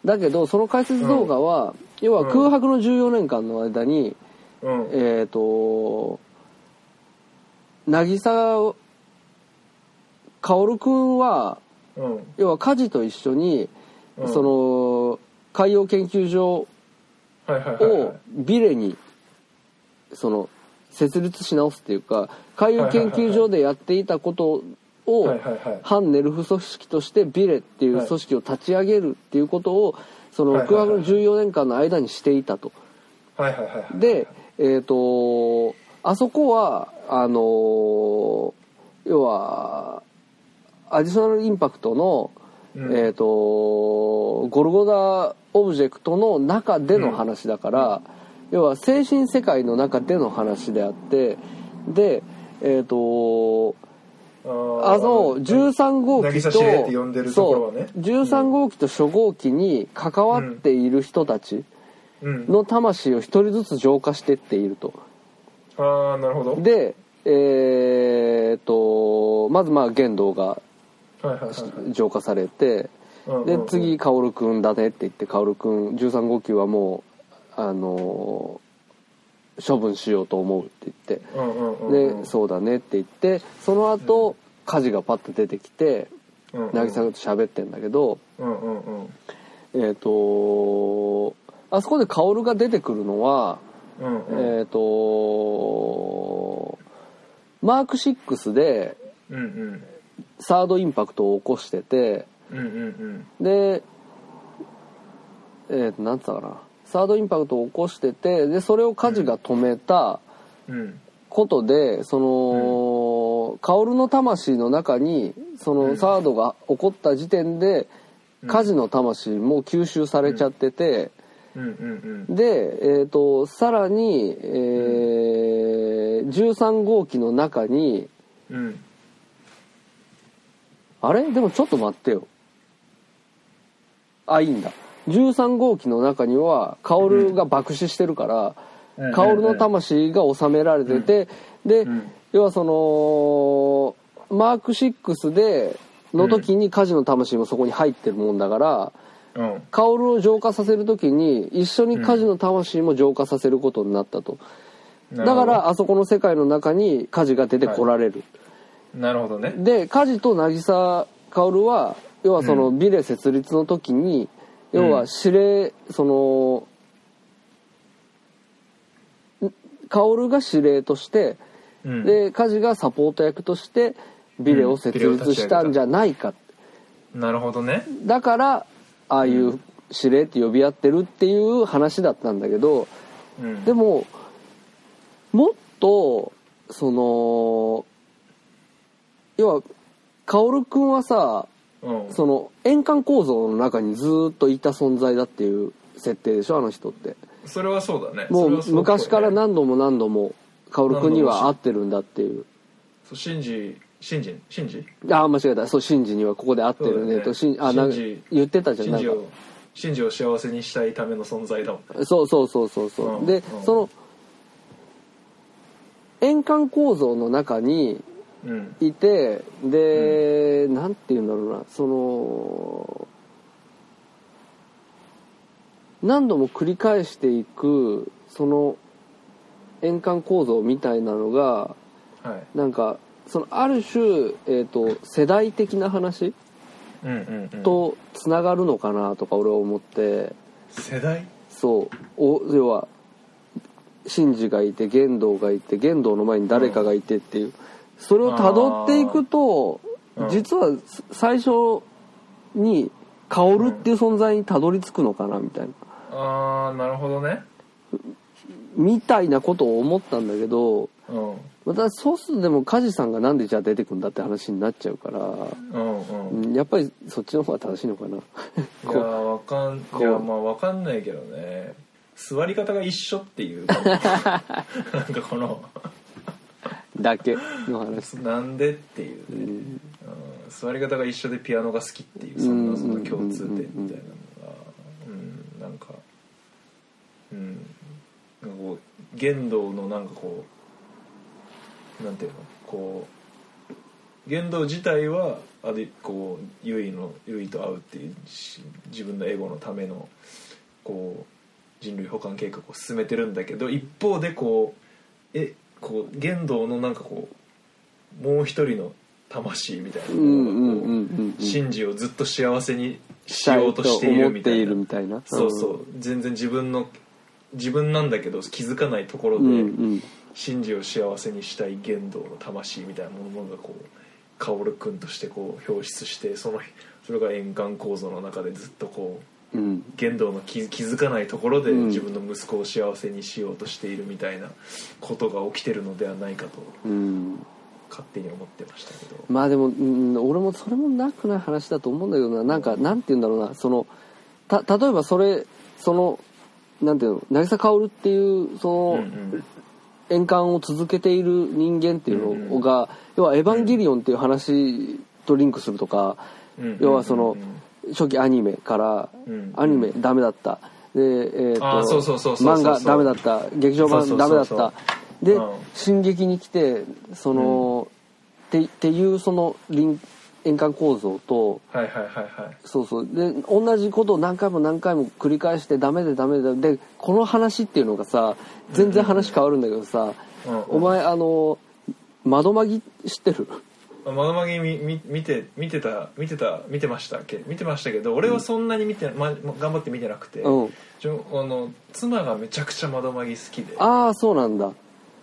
[SPEAKER 1] だけどその解説動画は、要は空白の14年間の間に、
[SPEAKER 3] うん
[SPEAKER 1] えっ、と渚薫君は
[SPEAKER 3] うん
[SPEAKER 1] 要は家事と一緒に、
[SPEAKER 3] うん
[SPEAKER 1] その海洋研究所
[SPEAKER 3] はいはいはいはい
[SPEAKER 1] をビレにその設立し直すっていうか海洋研究所でやっていたこと
[SPEAKER 3] は
[SPEAKER 1] を
[SPEAKER 3] いはいはい
[SPEAKER 1] 反ネルフ組織としてビレっていう組織を立ち上げるっていうことをその
[SPEAKER 3] はいはい
[SPEAKER 1] 空
[SPEAKER 3] はい
[SPEAKER 1] 白の14年間の間にしていたと。
[SPEAKER 3] はいはいはいはい
[SPEAKER 1] で、えっとあそこはあのー要はアディショナルインパクトの、
[SPEAKER 3] うん
[SPEAKER 1] えっとゴルゴダオブジェクトの中での話だから、要は精神世界の中での話であってでえっ、と
[SPEAKER 3] あー
[SPEAKER 1] あの13号機
[SPEAKER 3] 渚
[SPEAKER 1] と
[SPEAKER 3] 司令って呼んでるところはね
[SPEAKER 1] そう13号機と初号機に関わっている人たち、
[SPEAKER 3] うん
[SPEAKER 1] の魂を一人ずつ浄化してっていると。
[SPEAKER 3] ああなるほど
[SPEAKER 1] でえーっとまずまあ言動が
[SPEAKER 3] はいはいはいはい
[SPEAKER 1] 浄化されて
[SPEAKER 3] うんう
[SPEAKER 1] で
[SPEAKER 3] んうん
[SPEAKER 1] 次薫君だねって言って薫君13号機はもうあのー処分しようと思うって言って
[SPEAKER 3] うんうんうんうん
[SPEAKER 1] でそうだねって言ってその後家事がパッと出てきて
[SPEAKER 3] うんうん
[SPEAKER 1] 渚と喋ってんだけど
[SPEAKER 3] うんうんうん
[SPEAKER 1] えーっとあそこで薫が出てくるのは
[SPEAKER 3] うんうん
[SPEAKER 1] えー、とマーク6で
[SPEAKER 3] うんうん
[SPEAKER 1] サードインパクトを起こしてて
[SPEAKER 3] うんうん
[SPEAKER 1] で、えー、となんつったかなサードインパクトを起こしててでそれをカジが止めた
[SPEAKER 3] うんうん
[SPEAKER 1] ことで、その、薫の魂の中にそのサードが起こった時点で、カジの魂も吸収されちゃってて。
[SPEAKER 3] うんうん
[SPEAKER 1] で、えー、とさらに、えー13号機の中に
[SPEAKER 3] うんうん
[SPEAKER 1] あれでもちょっと待ってよあいいんだ13号機の中には薫が爆死してるから、
[SPEAKER 3] うん
[SPEAKER 1] 薫の魂が収められてて、で、
[SPEAKER 3] ん
[SPEAKER 1] 要はそのマーク6での時に火事の魂もそこに入ってるもんだから、
[SPEAKER 3] うん
[SPEAKER 1] 薫を浄化させる時に一緒に火事の魂も浄化させることになったと、
[SPEAKER 3] なる
[SPEAKER 1] だ
[SPEAKER 3] ほ
[SPEAKER 1] か
[SPEAKER 3] ど
[SPEAKER 1] らあそこの世界の中に火事が出てこられる、
[SPEAKER 3] なるほどね
[SPEAKER 1] で火事と渚薫は要はそのビレ設立の時に、
[SPEAKER 3] うん
[SPEAKER 1] 要は指令そのん薫が指令として、
[SPEAKER 3] うん
[SPEAKER 1] で火事がサポート役としてビレを設
[SPEAKER 3] うんビレを
[SPEAKER 1] 立
[SPEAKER 3] 立ち上げ
[SPEAKER 1] し
[SPEAKER 3] た
[SPEAKER 1] たんじゃないか、
[SPEAKER 3] なるほどね
[SPEAKER 1] だからああいう指令って呼び合ってるっていう話だったんだけど
[SPEAKER 3] うん
[SPEAKER 1] でももっとその要は薫君はさ
[SPEAKER 3] うん
[SPEAKER 1] その円環構造の中にずーっといた存在だっていう設定でしょあの人って
[SPEAKER 3] それはそうだね
[SPEAKER 1] も
[SPEAKER 3] それ
[SPEAKER 1] う
[SPEAKER 3] はそうっぽいね
[SPEAKER 1] 昔から何度も何度も薫君には会ってるんだっていう
[SPEAKER 3] そうシンジシンジシンジ
[SPEAKER 1] ああ間違えたそうシンジにはここで会ってるねと
[SPEAKER 3] そ
[SPEAKER 1] シ
[SPEAKER 3] う
[SPEAKER 1] ン
[SPEAKER 3] だ
[SPEAKER 1] あ
[SPEAKER 3] よね
[SPEAKER 1] なんか
[SPEAKER 3] シンジ
[SPEAKER 1] 言ってたじゃん
[SPEAKER 3] シン
[SPEAKER 1] なん
[SPEAKER 3] ジ
[SPEAKER 1] か
[SPEAKER 3] をシンジを幸せにしたいための存在だもんね
[SPEAKER 1] そうそうそうそうそう、
[SPEAKER 3] うん
[SPEAKER 1] で、
[SPEAKER 3] うん
[SPEAKER 1] その円環構造の中に
[SPEAKER 3] うん
[SPEAKER 1] いてで、なんて言うんだろうなその何度も繰り返していくその円環構造みたいなのが
[SPEAKER 3] はい
[SPEAKER 1] なんかそのある種、えー、と世代的な話
[SPEAKER 3] うんうんうん
[SPEAKER 1] とつながるのかなとか俺は思って。
[SPEAKER 3] 世代
[SPEAKER 1] そうお要はシンジがいて玄道がいて玄道の前に誰かがいてっていう、それをたどっていくと
[SPEAKER 3] あーうん
[SPEAKER 1] 実は最初に薫っていう存在にたどり着くのかなみたいな
[SPEAKER 3] ああなるほどね
[SPEAKER 1] みたいなことを思ったんだけど
[SPEAKER 3] うん
[SPEAKER 1] またそうするとでも梶さんがなんでじゃあ出てくんだって話になっちゃうから、
[SPEAKER 3] うんうん
[SPEAKER 1] うんやっぱりそっちの方が正しいのかな
[SPEAKER 3] いやわかん
[SPEAKER 1] こ
[SPEAKER 3] いうやまあわかんないけどね座り方が一緒っていうなんかこの
[SPEAKER 1] だけの話
[SPEAKER 3] なんでっていう
[SPEAKER 1] う
[SPEAKER 3] ね、
[SPEAKER 1] ん
[SPEAKER 3] うん座り方が一緒でピアノが好きっていうそんなその共通点みたいなのがうんなんかうんなんかこう言動のなんかこうなんていうのこう言動自体はあでこう優位の優位と合うっていうし自分のエゴのためのこう人類保管計画を進めてるんだけど一方でこうえこう言動のなんかこうもう一人の魂みたいな
[SPEAKER 1] う
[SPEAKER 3] の
[SPEAKER 1] んうん
[SPEAKER 3] が
[SPEAKER 1] う
[SPEAKER 3] こ
[SPEAKER 1] んうん
[SPEAKER 3] う信じをずっと幸せにしようとしているみたいな
[SPEAKER 1] 思っているみたいな
[SPEAKER 3] そうそう全然自分の自分なんだけど気づかないところ
[SPEAKER 1] うんう
[SPEAKER 3] で
[SPEAKER 1] ん
[SPEAKER 3] 信じを幸せにしたい言動の魂みたいなものがこう薫君としてこう表出してそのそれが円環構造の中でずっとこう
[SPEAKER 1] うん
[SPEAKER 3] 言動の気気づかないところで
[SPEAKER 1] うん
[SPEAKER 3] 自分の息子を幸せにしようとしているみたいなことが起きてるのではないかと
[SPEAKER 1] うん
[SPEAKER 3] 勝手に思ってましたけど、
[SPEAKER 1] まあでも、うん、俺もそれもなくない話だと思うんだけどななんかなんて言うんだろうなそのた例えばそれそのなんていうの渚薫っていうそ
[SPEAKER 3] う
[SPEAKER 1] の、
[SPEAKER 3] ん
[SPEAKER 1] 円環を続けている人間っていうのが、要は「エヴァンゲリオン」っていう話とリンクするとか、
[SPEAKER 3] うんうん
[SPEAKER 1] 要はその
[SPEAKER 3] うんうん
[SPEAKER 1] 初期アニメから
[SPEAKER 3] うん
[SPEAKER 1] アニメダメだったで、えー
[SPEAKER 3] あー
[SPEAKER 1] と
[SPEAKER 3] そうそうそうそうそう
[SPEAKER 1] 漫画ダメだった劇場
[SPEAKER 3] そ
[SPEAKER 1] 版
[SPEAKER 3] うそ
[SPEAKER 1] ダ
[SPEAKER 3] う
[SPEAKER 1] メだ
[SPEAKER 3] そう
[SPEAKER 1] っ
[SPEAKER 3] そう
[SPEAKER 1] たで
[SPEAKER 3] うん
[SPEAKER 1] 進撃に来てその、ってっていうそのリン円環構造と。
[SPEAKER 3] はいはいはいはい
[SPEAKER 1] そうそうで同じことを何回も何回も繰り返してダメでダメでダメでこの話っていうのがさ全然話変わるんだけどさ、
[SPEAKER 3] うんうん
[SPEAKER 1] お前あの窓まぎ知ってる
[SPEAKER 3] ま窓まぎみみ見て見てた見てた見てましたっけ見てましたけど俺はそんなに見て、ま、ま頑張って見てなくて、
[SPEAKER 1] うん
[SPEAKER 3] ちょあの妻がめちゃくちゃ窓まぎ好きで
[SPEAKER 1] ああそうなんだ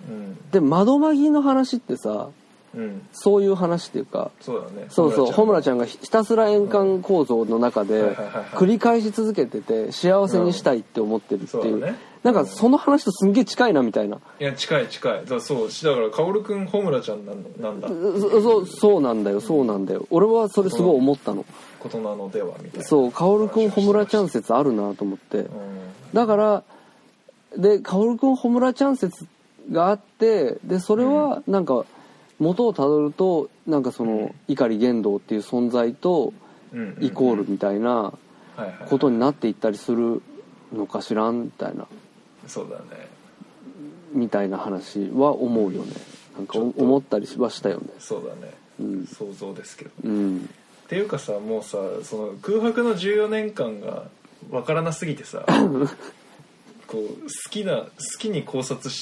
[SPEAKER 3] うん
[SPEAKER 1] で窓まぎの話ってさ
[SPEAKER 3] うん
[SPEAKER 1] そういう話っていうか
[SPEAKER 3] そうだね
[SPEAKER 1] そうそう穂村ち
[SPEAKER 3] ゃん
[SPEAKER 1] ゃんがひひたすら円環構造の中
[SPEAKER 3] は
[SPEAKER 1] で
[SPEAKER 3] いはいはいはい
[SPEAKER 1] 繰り返し続けてて幸せにしたいって思ってるっていう,、
[SPEAKER 3] うんそうだね
[SPEAKER 1] なんかその話とすんげえ近いなみたいな、
[SPEAKER 3] いや近い近いだからそうしだから薫君穂村ちゃんなんだなんだ
[SPEAKER 1] そそうそうなんだよそうなんだよ俺はそれすごい思ったの。
[SPEAKER 3] ことなのではみたいな
[SPEAKER 1] そう薫
[SPEAKER 3] 話をしてま
[SPEAKER 1] 君
[SPEAKER 3] した
[SPEAKER 1] 穂村ちゃん説あるなと思って
[SPEAKER 3] うん
[SPEAKER 1] だからで薫君穂村ちゃん説があってでそれはなんか元をたどるとなんかその碇玄道っていう存在と
[SPEAKER 3] うんうんうん
[SPEAKER 1] イコールみたいな
[SPEAKER 3] はいはいはい
[SPEAKER 1] ことになっていったりするのかしらんみたいな
[SPEAKER 3] そうだね
[SPEAKER 1] みたいな話は思うよねなんかお
[SPEAKER 3] ちょっと
[SPEAKER 1] 思ったりはしたよね
[SPEAKER 3] そうだね、
[SPEAKER 1] うん
[SPEAKER 3] 想像ですけど
[SPEAKER 1] うん
[SPEAKER 3] っていうかさもうさその空白の14年間がわからなすぎて
[SPEAKER 1] *laughs*
[SPEAKER 3] さこう好きな好きに考察し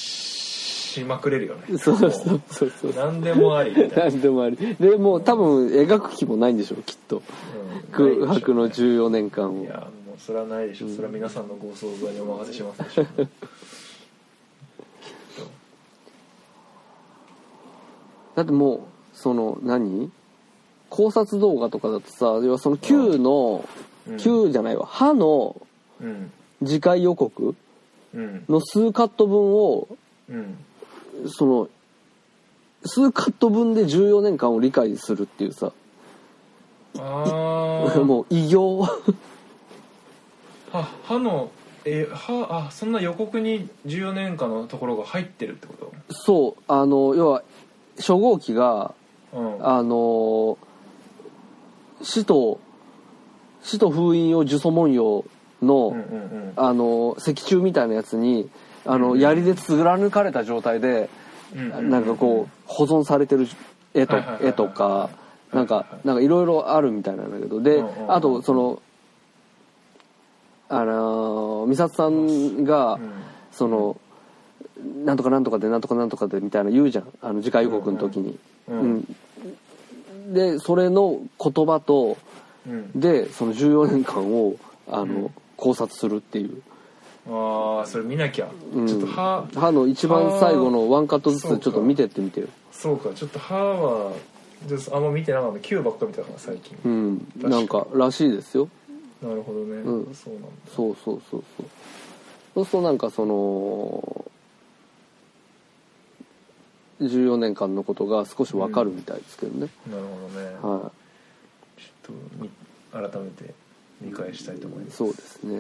[SPEAKER 3] しまくれるよね
[SPEAKER 1] そうそうそ
[SPEAKER 3] も
[SPEAKER 1] うそうそう
[SPEAKER 3] う何でもありみたいな、
[SPEAKER 1] 何でもありでもう多分描く気もないんでしょうきっと
[SPEAKER 3] うん
[SPEAKER 1] 空白の
[SPEAKER 3] ないでしょ
[SPEAKER 1] 14年間
[SPEAKER 3] うねい
[SPEAKER 1] を
[SPEAKER 3] やもうそれはないでしょそれは皆さんのご想像にお任せしますで
[SPEAKER 1] *laughs*
[SPEAKER 3] しょうね、きっと
[SPEAKER 1] だってもうその何考察動画とかだとさ要はその9の
[SPEAKER 3] うん
[SPEAKER 1] 9じゃないわ「歯」の
[SPEAKER 3] うん
[SPEAKER 1] 次回予告
[SPEAKER 3] うん
[SPEAKER 1] の数カット分を
[SPEAKER 3] うん
[SPEAKER 1] その数カット分で14年間を理解するっていうさ
[SPEAKER 3] ああ
[SPEAKER 1] *laughs* もう偉業
[SPEAKER 3] あ歯のえ歯あそんな予告に14年間のところが入ってるってこ
[SPEAKER 1] そうあの要は初号機が
[SPEAKER 3] とうん
[SPEAKER 1] あの使徒使徒封印用呪詛文様の、
[SPEAKER 3] うんうんうん
[SPEAKER 1] あの石柱みたいなやつにあの、
[SPEAKER 3] うん
[SPEAKER 1] 槍で貫かれた状態で、
[SPEAKER 3] うんうん
[SPEAKER 1] なんかこう保存されてる絵と
[SPEAKER 3] はいはいはいはい
[SPEAKER 1] 絵とか
[SPEAKER 3] い
[SPEAKER 1] なんかなんかいろいろあるみたいなんだけどで、
[SPEAKER 3] うんうんうん
[SPEAKER 1] あとそのあの美里さんが、
[SPEAKER 3] うん
[SPEAKER 1] そのなんとかなんとかでなんとかなんとかでみたいな言うじゃんあの次回予告の時に。
[SPEAKER 3] うん
[SPEAKER 1] うんでそれの言葉と
[SPEAKER 3] うん
[SPEAKER 1] でその14年間をあの、考察するっていう。
[SPEAKER 3] ああそれ見なきゃ、
[SPEAKER 1] ん
[SPEAKER 3] ちょっと歯
[SPEAKER 1] 歯の一番最後のワンカットずつちょっと見てってみてよ
[SPEAKER 3] そうかちょっと歯はちょっとあんま見てなかった9ばっか見たから最近
[SPEAKER 1] うん
[SPEAKER 3] かに
[SPEAKER 1] なんからしいですよ
[SPEAKER 3] なるほどね、
[SPEAKER 1] うん
[SPEAKER 3] そうなんだ
[SPEAKER 1] そうそうそうそうそうするとなんかその14年間のことが少しわかるみたいですけどね、
[SPEAKER 3] なるほどね、
[SPEAKER 1] は
[SPEAKER 3] ちょっとみ改めて見返したいと思い
[SPEAKER 1] い
[SPEAKER 3] ます、
[SPEAKER 1] そうですね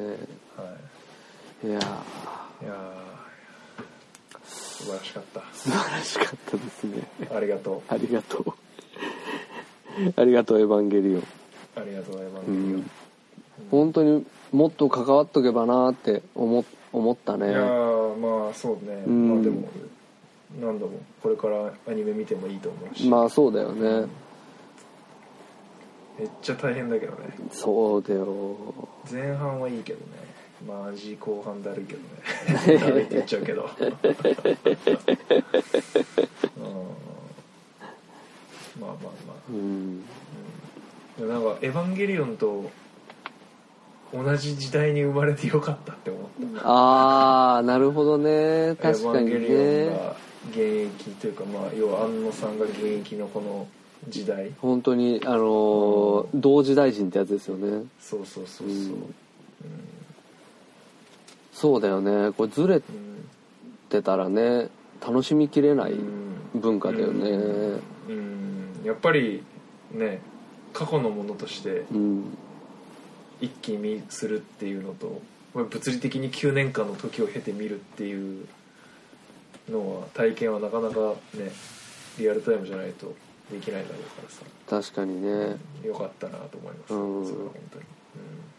[SPEAKER 3] はい
[SPEAKER 1] やー
[SPEAKER 3] い、いやー素晴らしかっ
[SPEAKER 1] 素晴らしかったですね
[SPEAKER 3] たありがと
[SPEAKER 1] ありがとう *laughs* ありがとうエヴァンゲリオン
[SPEAKER 3] うありがとうございます、
[SPEAKER 1] うん本当にもっと関わっとけばなーって思思ったね
[SPEAKER 3] いやーまあそうね、
[SPEAKER 1] うん
[SPEAKER 3] まあでも何度もこれからアニメ見てもいいと思うし、
[SPEAKER 1] まあそうだよね、
[SPEAKER 3] めっちゃ大変だけどね
[SPEAKER 1] そうだよ
[SPEAKER 3] 前半はいいけどねまあ味後半だるいけど
[SPEAKER 1] *laughs*
[SPEAKER 3] ねだるいって言っちゃうけどうんまあまあまあ
[SPEAKER 1] うん
[SPEAKER 3] でもなんか「エヴァンゲリオン」と同じ時代に生まれてよかったって思った
[SPEAKER 1] ああなるほどね
[SPEAKER 3] エヴ
[SPEAKER 1] 確か
[SPEAKER 3] ァン
[SPEAKER 1] に
[SPEAKER 3] ゲリオン
[SPEAKER 1] ね
[SPEAKER 3] が現役というか、まあ、要は安野さんが現役のこの時代
[SPEAKER 1] 本当にあのー同時代人ってやつですよね
[SPEAKER 3] そうそうそうそう、
[SPEAKER 1] うんそうだよねこれずれ
[SPEAKER 3] うん
[SPEAKER 1] てたらね楽しみきれない
[SPEAKER 3] うん
[SPEAKER 1] 文化だよね
[SPEAKER 3] うんやっぱりね過去のものとして
[SPEAKER 1] うん
[SPEAKER 3] 一気に見するっていうのとまあ物理的に9年間の時を経て見るっていうのは体験はなかなかねリアルタイムじゃないとできないだろうからさ
[SPEAKER 1] 確かにね
[SPEAKER 3] よかったなと思います、
[SPEAKER 1] うん
[SPEAKER 3] それは本当に、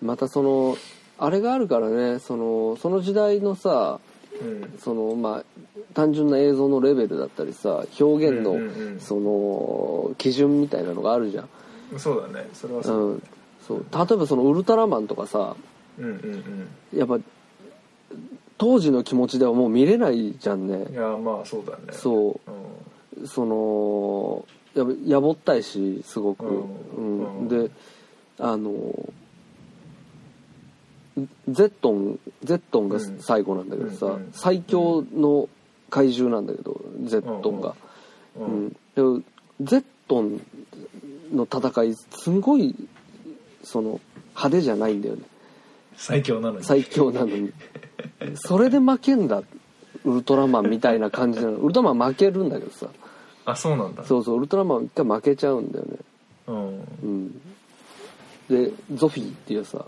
[SPEAKER 1] またそのあれがあるからねそのその時代のさ
[SPEAKER 3] うんうん
[SPEAKER 1] そのまあ単純な映像のレベルだったりさ表現の、
[SPEAKER 3] うんうんうん
[SPEAKER 1] その基準みたいなのがあるじゃん、
[SPEAKER 3] そうだねそれは
[SPEAKER 1] う
[SPEAKER 3] そう、
[SPEAKER 1] ん、そう例えばそのウルトラマンとかさ
[SPEAKER 3] うん、うんうん
[SPEAKER 1] やっぱ当時の気持ちではもう見れないじゃ
[SPEAKER 3] い
[SPEAKER 1] んね
[SPEAKER 3] やまあそうだねう、
[SPEAKER 1] そ
[SPEAKER 3] ん、
[SPEAKER 1] うそのやっぱやぼったいしすごく、う
[SPEAKER 3] うんんうん
[SPEAKER 1] であのゼットンゼットンが
[SPEAKER 3] うん
[SPEAKER 1] 最後なんだけどさ、
[SPEAKER 3] うんうん
[SPEAKER 1] 最強の怪獣なんだけど、ゼットンが。
[SPEAKER 3] う
[SPEAKER 1] うんん、でもゼットンの戦いすんごいその派手じゃないんだよね
[SPEAKER 3] 最強なのに
[SPEAKER 1] 最強なの
[SPEAKER 3] *laughs*
[SPEAKER 1] にそれで負けんだウルトラマンみたいな感じなのウルトラマン負けるんだけどさ
[SPEAKER 3] あそうなんだ
[SPEAKER 1] そうそうウルトラマン一回負けちゃうんだよね
[SPEAKER 3] うん
[SPEAKER 1] うんでゾフィーっていうさ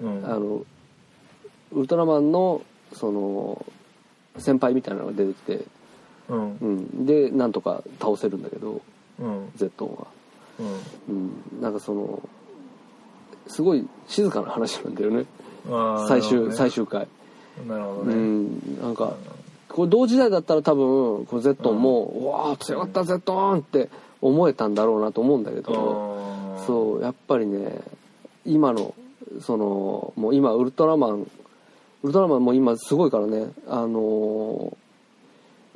[SPEAKER 3] うん
[SPEAKER 1] あのウルトラマンのその先輩みたいなのが出てきて、
[SPEAKER 3] うん
[SPEAKER 1] うん、でなんとか倒せるんだけど
[SPEAKER 3] うん
[SPEAKER 1] ゼットンは
[SPEAKER 3] うん
[SPEAKER 1] うん、なんかそのすごい静かな話なんだよね
[SPEAKER 3] あー
[SPEAKER 1] 最終
[SPEAKER 3] なる
[SPEAKER 1] 最終回、
[SPEAKER 3] ほどねなるほど
[SPEAKER 1] う
[SPEAKER 3] ね、
[SPEAKER 1] んなんかこれ同時代だったら多分こうゼットンも「うわあ強かったゼットン!」って思えたんだろうなと思うんだけど
[SPEAKER 3] あう
[SPEAKER 1] そうやっぱりね今のそのもう今ウルトラマンウルトラマンも今すごいからねあのー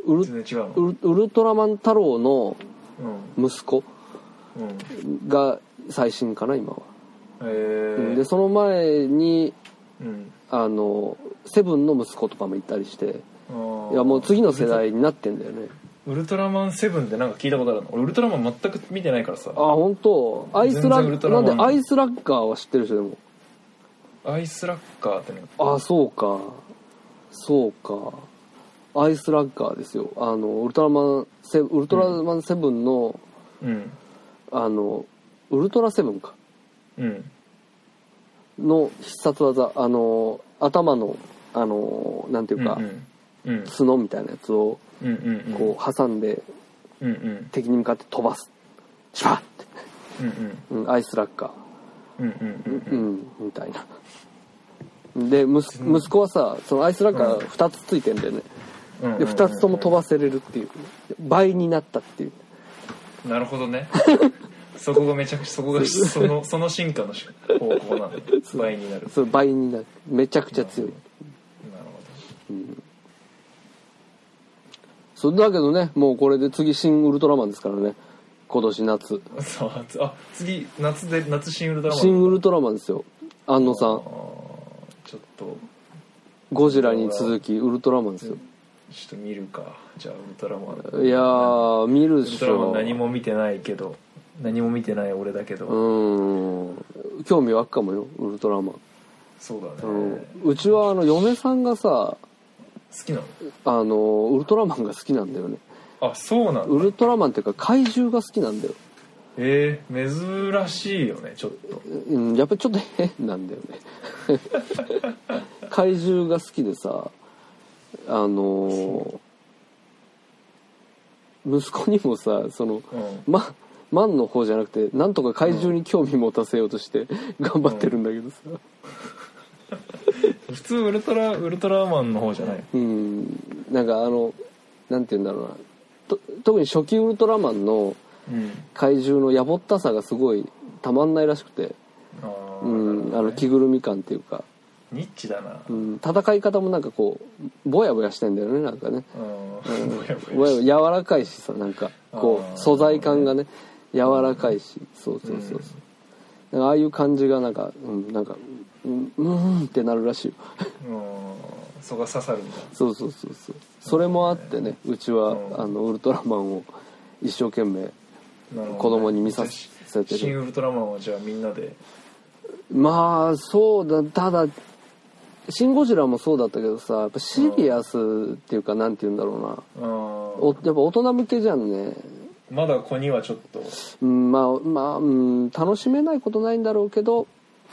[SPEAKER 1] ウル
[SPEAKER 3] 全然違うの
[SPEAKER 1] ウルウルトラマン太郎の
[SPEAKER 3] う
[SPEAKER 1] 息子
[SPEAKER 3] んうん
[SPEAKER 1] が最新かな今は。
[SPEAKER 3] え
[SPEAKER 1] うん
[SPEAKER 3] ー、
[SPEAKER 1] でその前に
[SPEAKER 3] うん
[SPEAKER 1] あのセブンの息子とかも行ったりして
[SPEAKER 3] あー
[SPEAKER 1] いやもう次の世代になってんだよね
[SPEAKER 3] ウルトラマンセブンってなんか聞いたことあるの俺ウルトラマン全く見てないからさ
[SPEAKER 1] あ本当アイスラ
[SPEAKER 3] 全然ウル
[SPEAKER 1] ッ
[SPEAKER 3] ト
[SPEAKER 1] な
[SPEAKER 3] ラマ
[SPEAKER 1] ん
[SPEAKER 3] ン
[SPEAKER 1] でアイスラッガーは知ってるでしょで
[SPEAKER 3] アイスラッガーってね
[SPEAKER 1] もあそうかそうかアイスラッガーですよあのウルトラマンセウルトラマンセブンの、
[SPEAKER 3] うん
[SPEAKER 1] あのウルトラセブンか
[SPEAKER 3] うん
[SPEAKER 1] の必殺技あの頭のあのなんていうか、
[SPEAKER 3] うんうん
[SPEAKER 1] 角みたいなやつを
[SPEAKER 3] うんうんうん
[SPEAKER 1] こう挟んで
[SPEAKER 3] うんうん
[SPEAKER 1] 敵に向かって飛ばすシュワッて
[SPEAKER 3] うんうん
[SPEAKER 1] うん、アイスラッカ
[SPEAKER 3] うんうんうん
[SPEAKER 1] ー、うん、みたいな。で息子息子はさそのアイスラッカーが2つついてんだよね、
[SPEAKER 3] うんうん
[SPEAKER 1] で2つとも飛ばせれるっていう倍になったっていう
[SPEAKER 3] なるほどねそこがめちゃくちゃそこがそのその進化のし方向なの倍になる
[SPEAKER 1] それ倍になるめちゃくちゃ強い
[SPEAKER 3] なる
[SPEAKER 1] そうだけどねもうこれで次新ウルトラマンですからね今年夏
[SPEAKER 3] ほどそうあ次夏で夏新ウルトラマン
[SPEAKER 1] 新ウルトラマンですよ安野さ
[SPEAKER 3] あー
[SPEAKER 1] ん
[SPEAKER 3] ちょっと
[SPEAKER 1] ゴジラに続きウルトラマンですよ
[SPEAKER 3] ちょっと見るかじゃあウルトラマン
[SPEAKER 1] いやー見る
[SPEAKER 3] ウル
[SPEAKER 1] でし
[SPEAKER 3] トラマ
[SPEAKER 1] ょ
[SPEAKER 3] ン何も見てないけど何も見てない俺だけど、
[SPEAKER 1] うんウ興味湧くかもよウルトラマン、
[SPEAKER 3] そうだね
[SPEAKER 1] う
[SPEAKER 3] 好
[SPEAKER 1] ん、うちはあの嫁さんがさ
[SPEAKER 3] きなの
[SPEAKER 1] あのウルトラマンが好きなんだよね
[SPEAKER 3] あそうなんだ
[SPEAKER 1] ウルトラマンっていうか怪獣が好きなんだよ、
[SPEAKER 3] えー、珍しいよねちょっと
[SPEAKER 1] うん、やっぱりちょっと変なんだよね怪獣が好きでさあの息子にもさその
[SPEAKER 3] うん
[SPEAKER 1] まマンの方じゃなくてなんとか怪獣に興味持たせようとして頑張ってるんだけどさ、
[SPEAKER 3] 普通ウルトラウルトラマンの方じゃない
[SPEAKER 1] うんなんかあのなんて言うんだろうなと特に初期ウルトラマンの
[SPEAKER 3] うん
[SPEAKER 1] 怪獣のやぼったさがすごいたまんないらしくて、
[SPEAKER 3] あー
[SPEAKER 1] う
[SPEAKER 3] な
[SPEAKER 1] ん、あ
[SPEAKER 3] るほど
[SPEAKER 1] の
[SPEAKER 3] ね
[SPEAKER 1] 着ぐるみ感っていうか、
[SPEAKER 3] ニッチだなう
[SPEAKER 1] う
[SPEAKER 3] ん
[SPEAKER 1] ん、戦い方もなんかこうぼやぼやしてんだよねなんかね
[SPEAKER 3] *laughs* ぼや
[SPEAKER 1] ぼ
[SPEAKER 3] ぼ
[SPEAKER 1] や
[SPEAKER 3] や
[SPEAKER 1] ぼ
[SPEAKER 3] し
[SPEAKER 1] や柔らかいしさなんかこ
[SPEAKER 3] あー
[SPEAKER 1] う素材感がね柔らかいし、そうそうそうそう、なんかああいう感じがなんか、うん、なんかうんうんってなるらしいよ *laughs*
[SPEAKER 3] うんそこが刺さるんだ
[SPEAKER 1] そうそうそうそうそれもあってねうちは
[SPEAKER 3] うん
[SPEAKER 1] あのウルトラマンを一生懸命
[SPEAKER 3] なるほどね
[SPEAKER 1] 子供に見させてる
[SPEAKER 3] 新ウルトラマンはじゃあみんなで
[SPEAKER 1] まあそうだただ「シン・ゴジラ」もそうだったけどさやっぱシリアスっていうかなんて言うんだろう
[SPEAKER 3] あ
[SPEAKER 1] な
[SPEAKER 3] ー
[SPEAKER 1] おやっぱ大人向けじゃんね
[SPEAKER 3] まだ子にはちょっと
[SPEAKER 1] うんまあまあうん楽しめないことないんだろうけど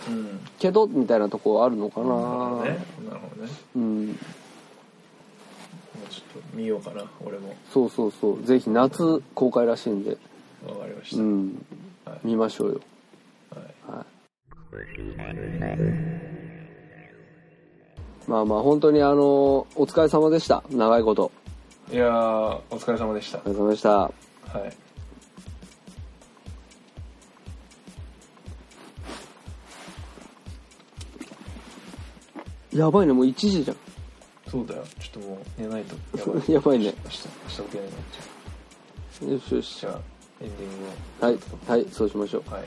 [SPEAKER 3] うん
[SPEAKER 1] けどみたいなとこあるのか
[SPEAKER 3] なるほどね
[SPEAKER 1] な
[SPEAKER 3] なるほどね
[SPEAKER 1] う
[SPEAKER 3] も
[SPEAKER 1] ん
[SPEAKER 3] うちょっと見ようかな俺も
[SPEAKER 1] そうそうそうぜひ夏公開らしいんで
[SPEAKER 3] わかりまし
[SPEAKER 1] う
[SPEAKER 3] た、
[SPEAKER 1] ん
[SPEAKER 3] はい
[SPEAKER 1] 見ましょうよ
[SPEAKER 3] はい
[SPEAKER 1] まあまあ本当にあのお疲れ様でした長いこと
[SPEAKER 3] いやーお疲れ様でした
[SPEAKER 1] お疲れ様でした
[SPEAKER 3] はい
[SPEAKER 1] やばいねもう1時じゃん
[SPEAKER 3] そうだよちょっともう寝ないとや
[SPEAKER 1] *laughs*
[SPEAKER 3] ばい
[SPEAKER 1] やばいね
[SPEAKER 3] 明日明日起きれないなっちゃう
[SPEAKER 1] よしよし
[SPEAKER 3] じゃあエンディングを
[SPEAKER 1] はいはいそうしましょう
[SPEAKER 3] はい、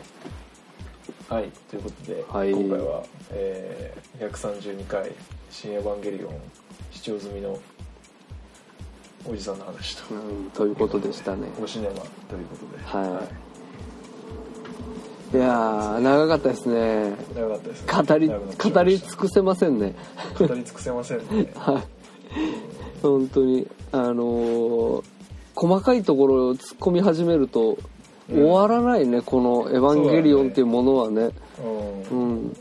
[SPEAKER 3] はい、ということで、
[SPEAKER 1] はい
[SPEAKER 3] 今回は、えー、132回「新エヴァンゲリオン」視聴済みのおじさんの話と、
[SPEAKER 1] うんということでしたね
[SPEAKER 3] おシネマということで、
[SPEAKER 1] はいいやー長かったですね
[SPEAKER 3] 長かったですね
[SPEAKER 1] 語り
[SPEAKER 3] 長くなっちゃいました
[SPEAKER 1] 語り尽くせませんね
[SPEAKER 3] 語り尽くせませんね
[SPEAKER 1] はい本当にあのー細かいところを突っ込み始めると終わらないね、この「エヴァンゲリオン」っていうものはね
[SPEAKER 3] う
[SPEAKER 1] うんん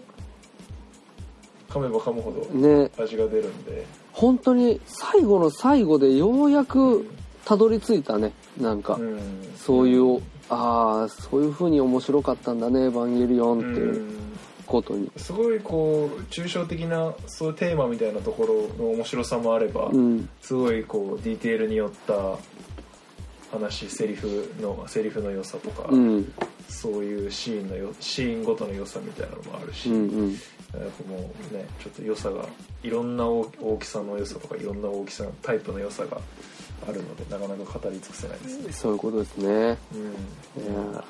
[SPEAKER 3] 噛めば噛むほど
[SPEAKER 1] ね
[SPEAKER 3] 味が出るんで
[SPEAKER 1] 本当に最後の最後でようやくたどり着いたねなんか、
[SPEAKER 3] うん
[SPEAKER 1] そういうああそういうふうに面白かったんだね「エヴァンゲリオン」って
[SPEAKER 3] う
[SPEAKER 1] いうんことに
[SPEAKER 3] すごいこう抽象的なそういうテーマみたいなところの面白さもあれば、
[SPEAKER 1] うん
[SPEAKER 3] すごいこうディテールによった話セリフのセリフの良さとか、
[SPEAKER 1] うん
[SPEAKER 3] そういうシーンのよシーンごとの良さみたいなのもあるし、
[SPEAKER 1] うんうん
[SPEAKER 3] なんかもうねちょっと良さがいろんな大大きさの良さとかいろんな大きさタイプの良さがあるのでなかなか語り尽くせないですね、
[SPEAKER 1] そういうことですね
[SPEAKER 3] うん、
[SPEAKER 1] いやー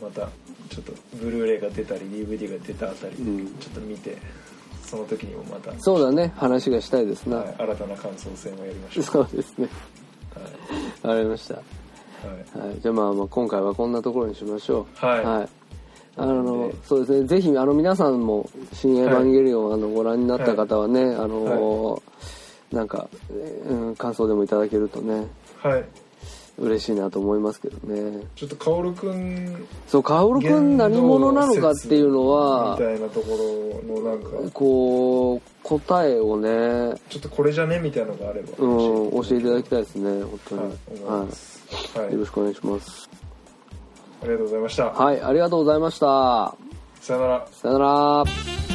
[SPEAKER 3] またちょっとブルーレイが出たり DVD が出たあたり、
[SPEAKER 1] うん
[SPEAKER 3] ちょっと見てその時にもまた、はい、
[SPEAKER 1] そうだね話がしたいですな、
[SPEAKER 3] 新たな感想戦をやりましょ
[SPEAKER 1] そうですね
[SPEAKER 3] う。はい
[SPEAKER 1] わかりました
[SPEAKER 3] はい
[SPEAKER 1] はい、じゃあまあまあ今回はこんなところにしましょう
[SPEAKER 3] はい
[SPEAKER 1] あのそうですねぜひあの皆さんも「新エヴァンゲリオン」あのご覧になった方はね、あのなんか、えーうん、感想でもいただけるとね
[SPEAKER 3] はい。
[SPEAKER 1] 嬉しいなと思いますけどね
[SPEAKER 3] ちょっとカオルくん。
[SPEAKER 1] そう薫君何者なのかっていうのは
[SPEAKER 3] みたいなところのなんか、
[SPEAKER 1] こう答えをね、
[SPEAKER 3] ちょっとこれじゃねみたいなのがあれば。
[SPEAKER 1] うん、教えていただき
[SPEAKER 3] い。
[SPEAKER 1] たいですね本当に、
[SPEAKER 3] はい。思います。はい。あ
[SPEAKER 1] はい、よろしくお願いします
[SPEAKER 3] りがとうございました。
[SPEAKER 1] はいありがとうございました
[SPEAKER 3] さよなら。
[SPEAKER 1] さよなら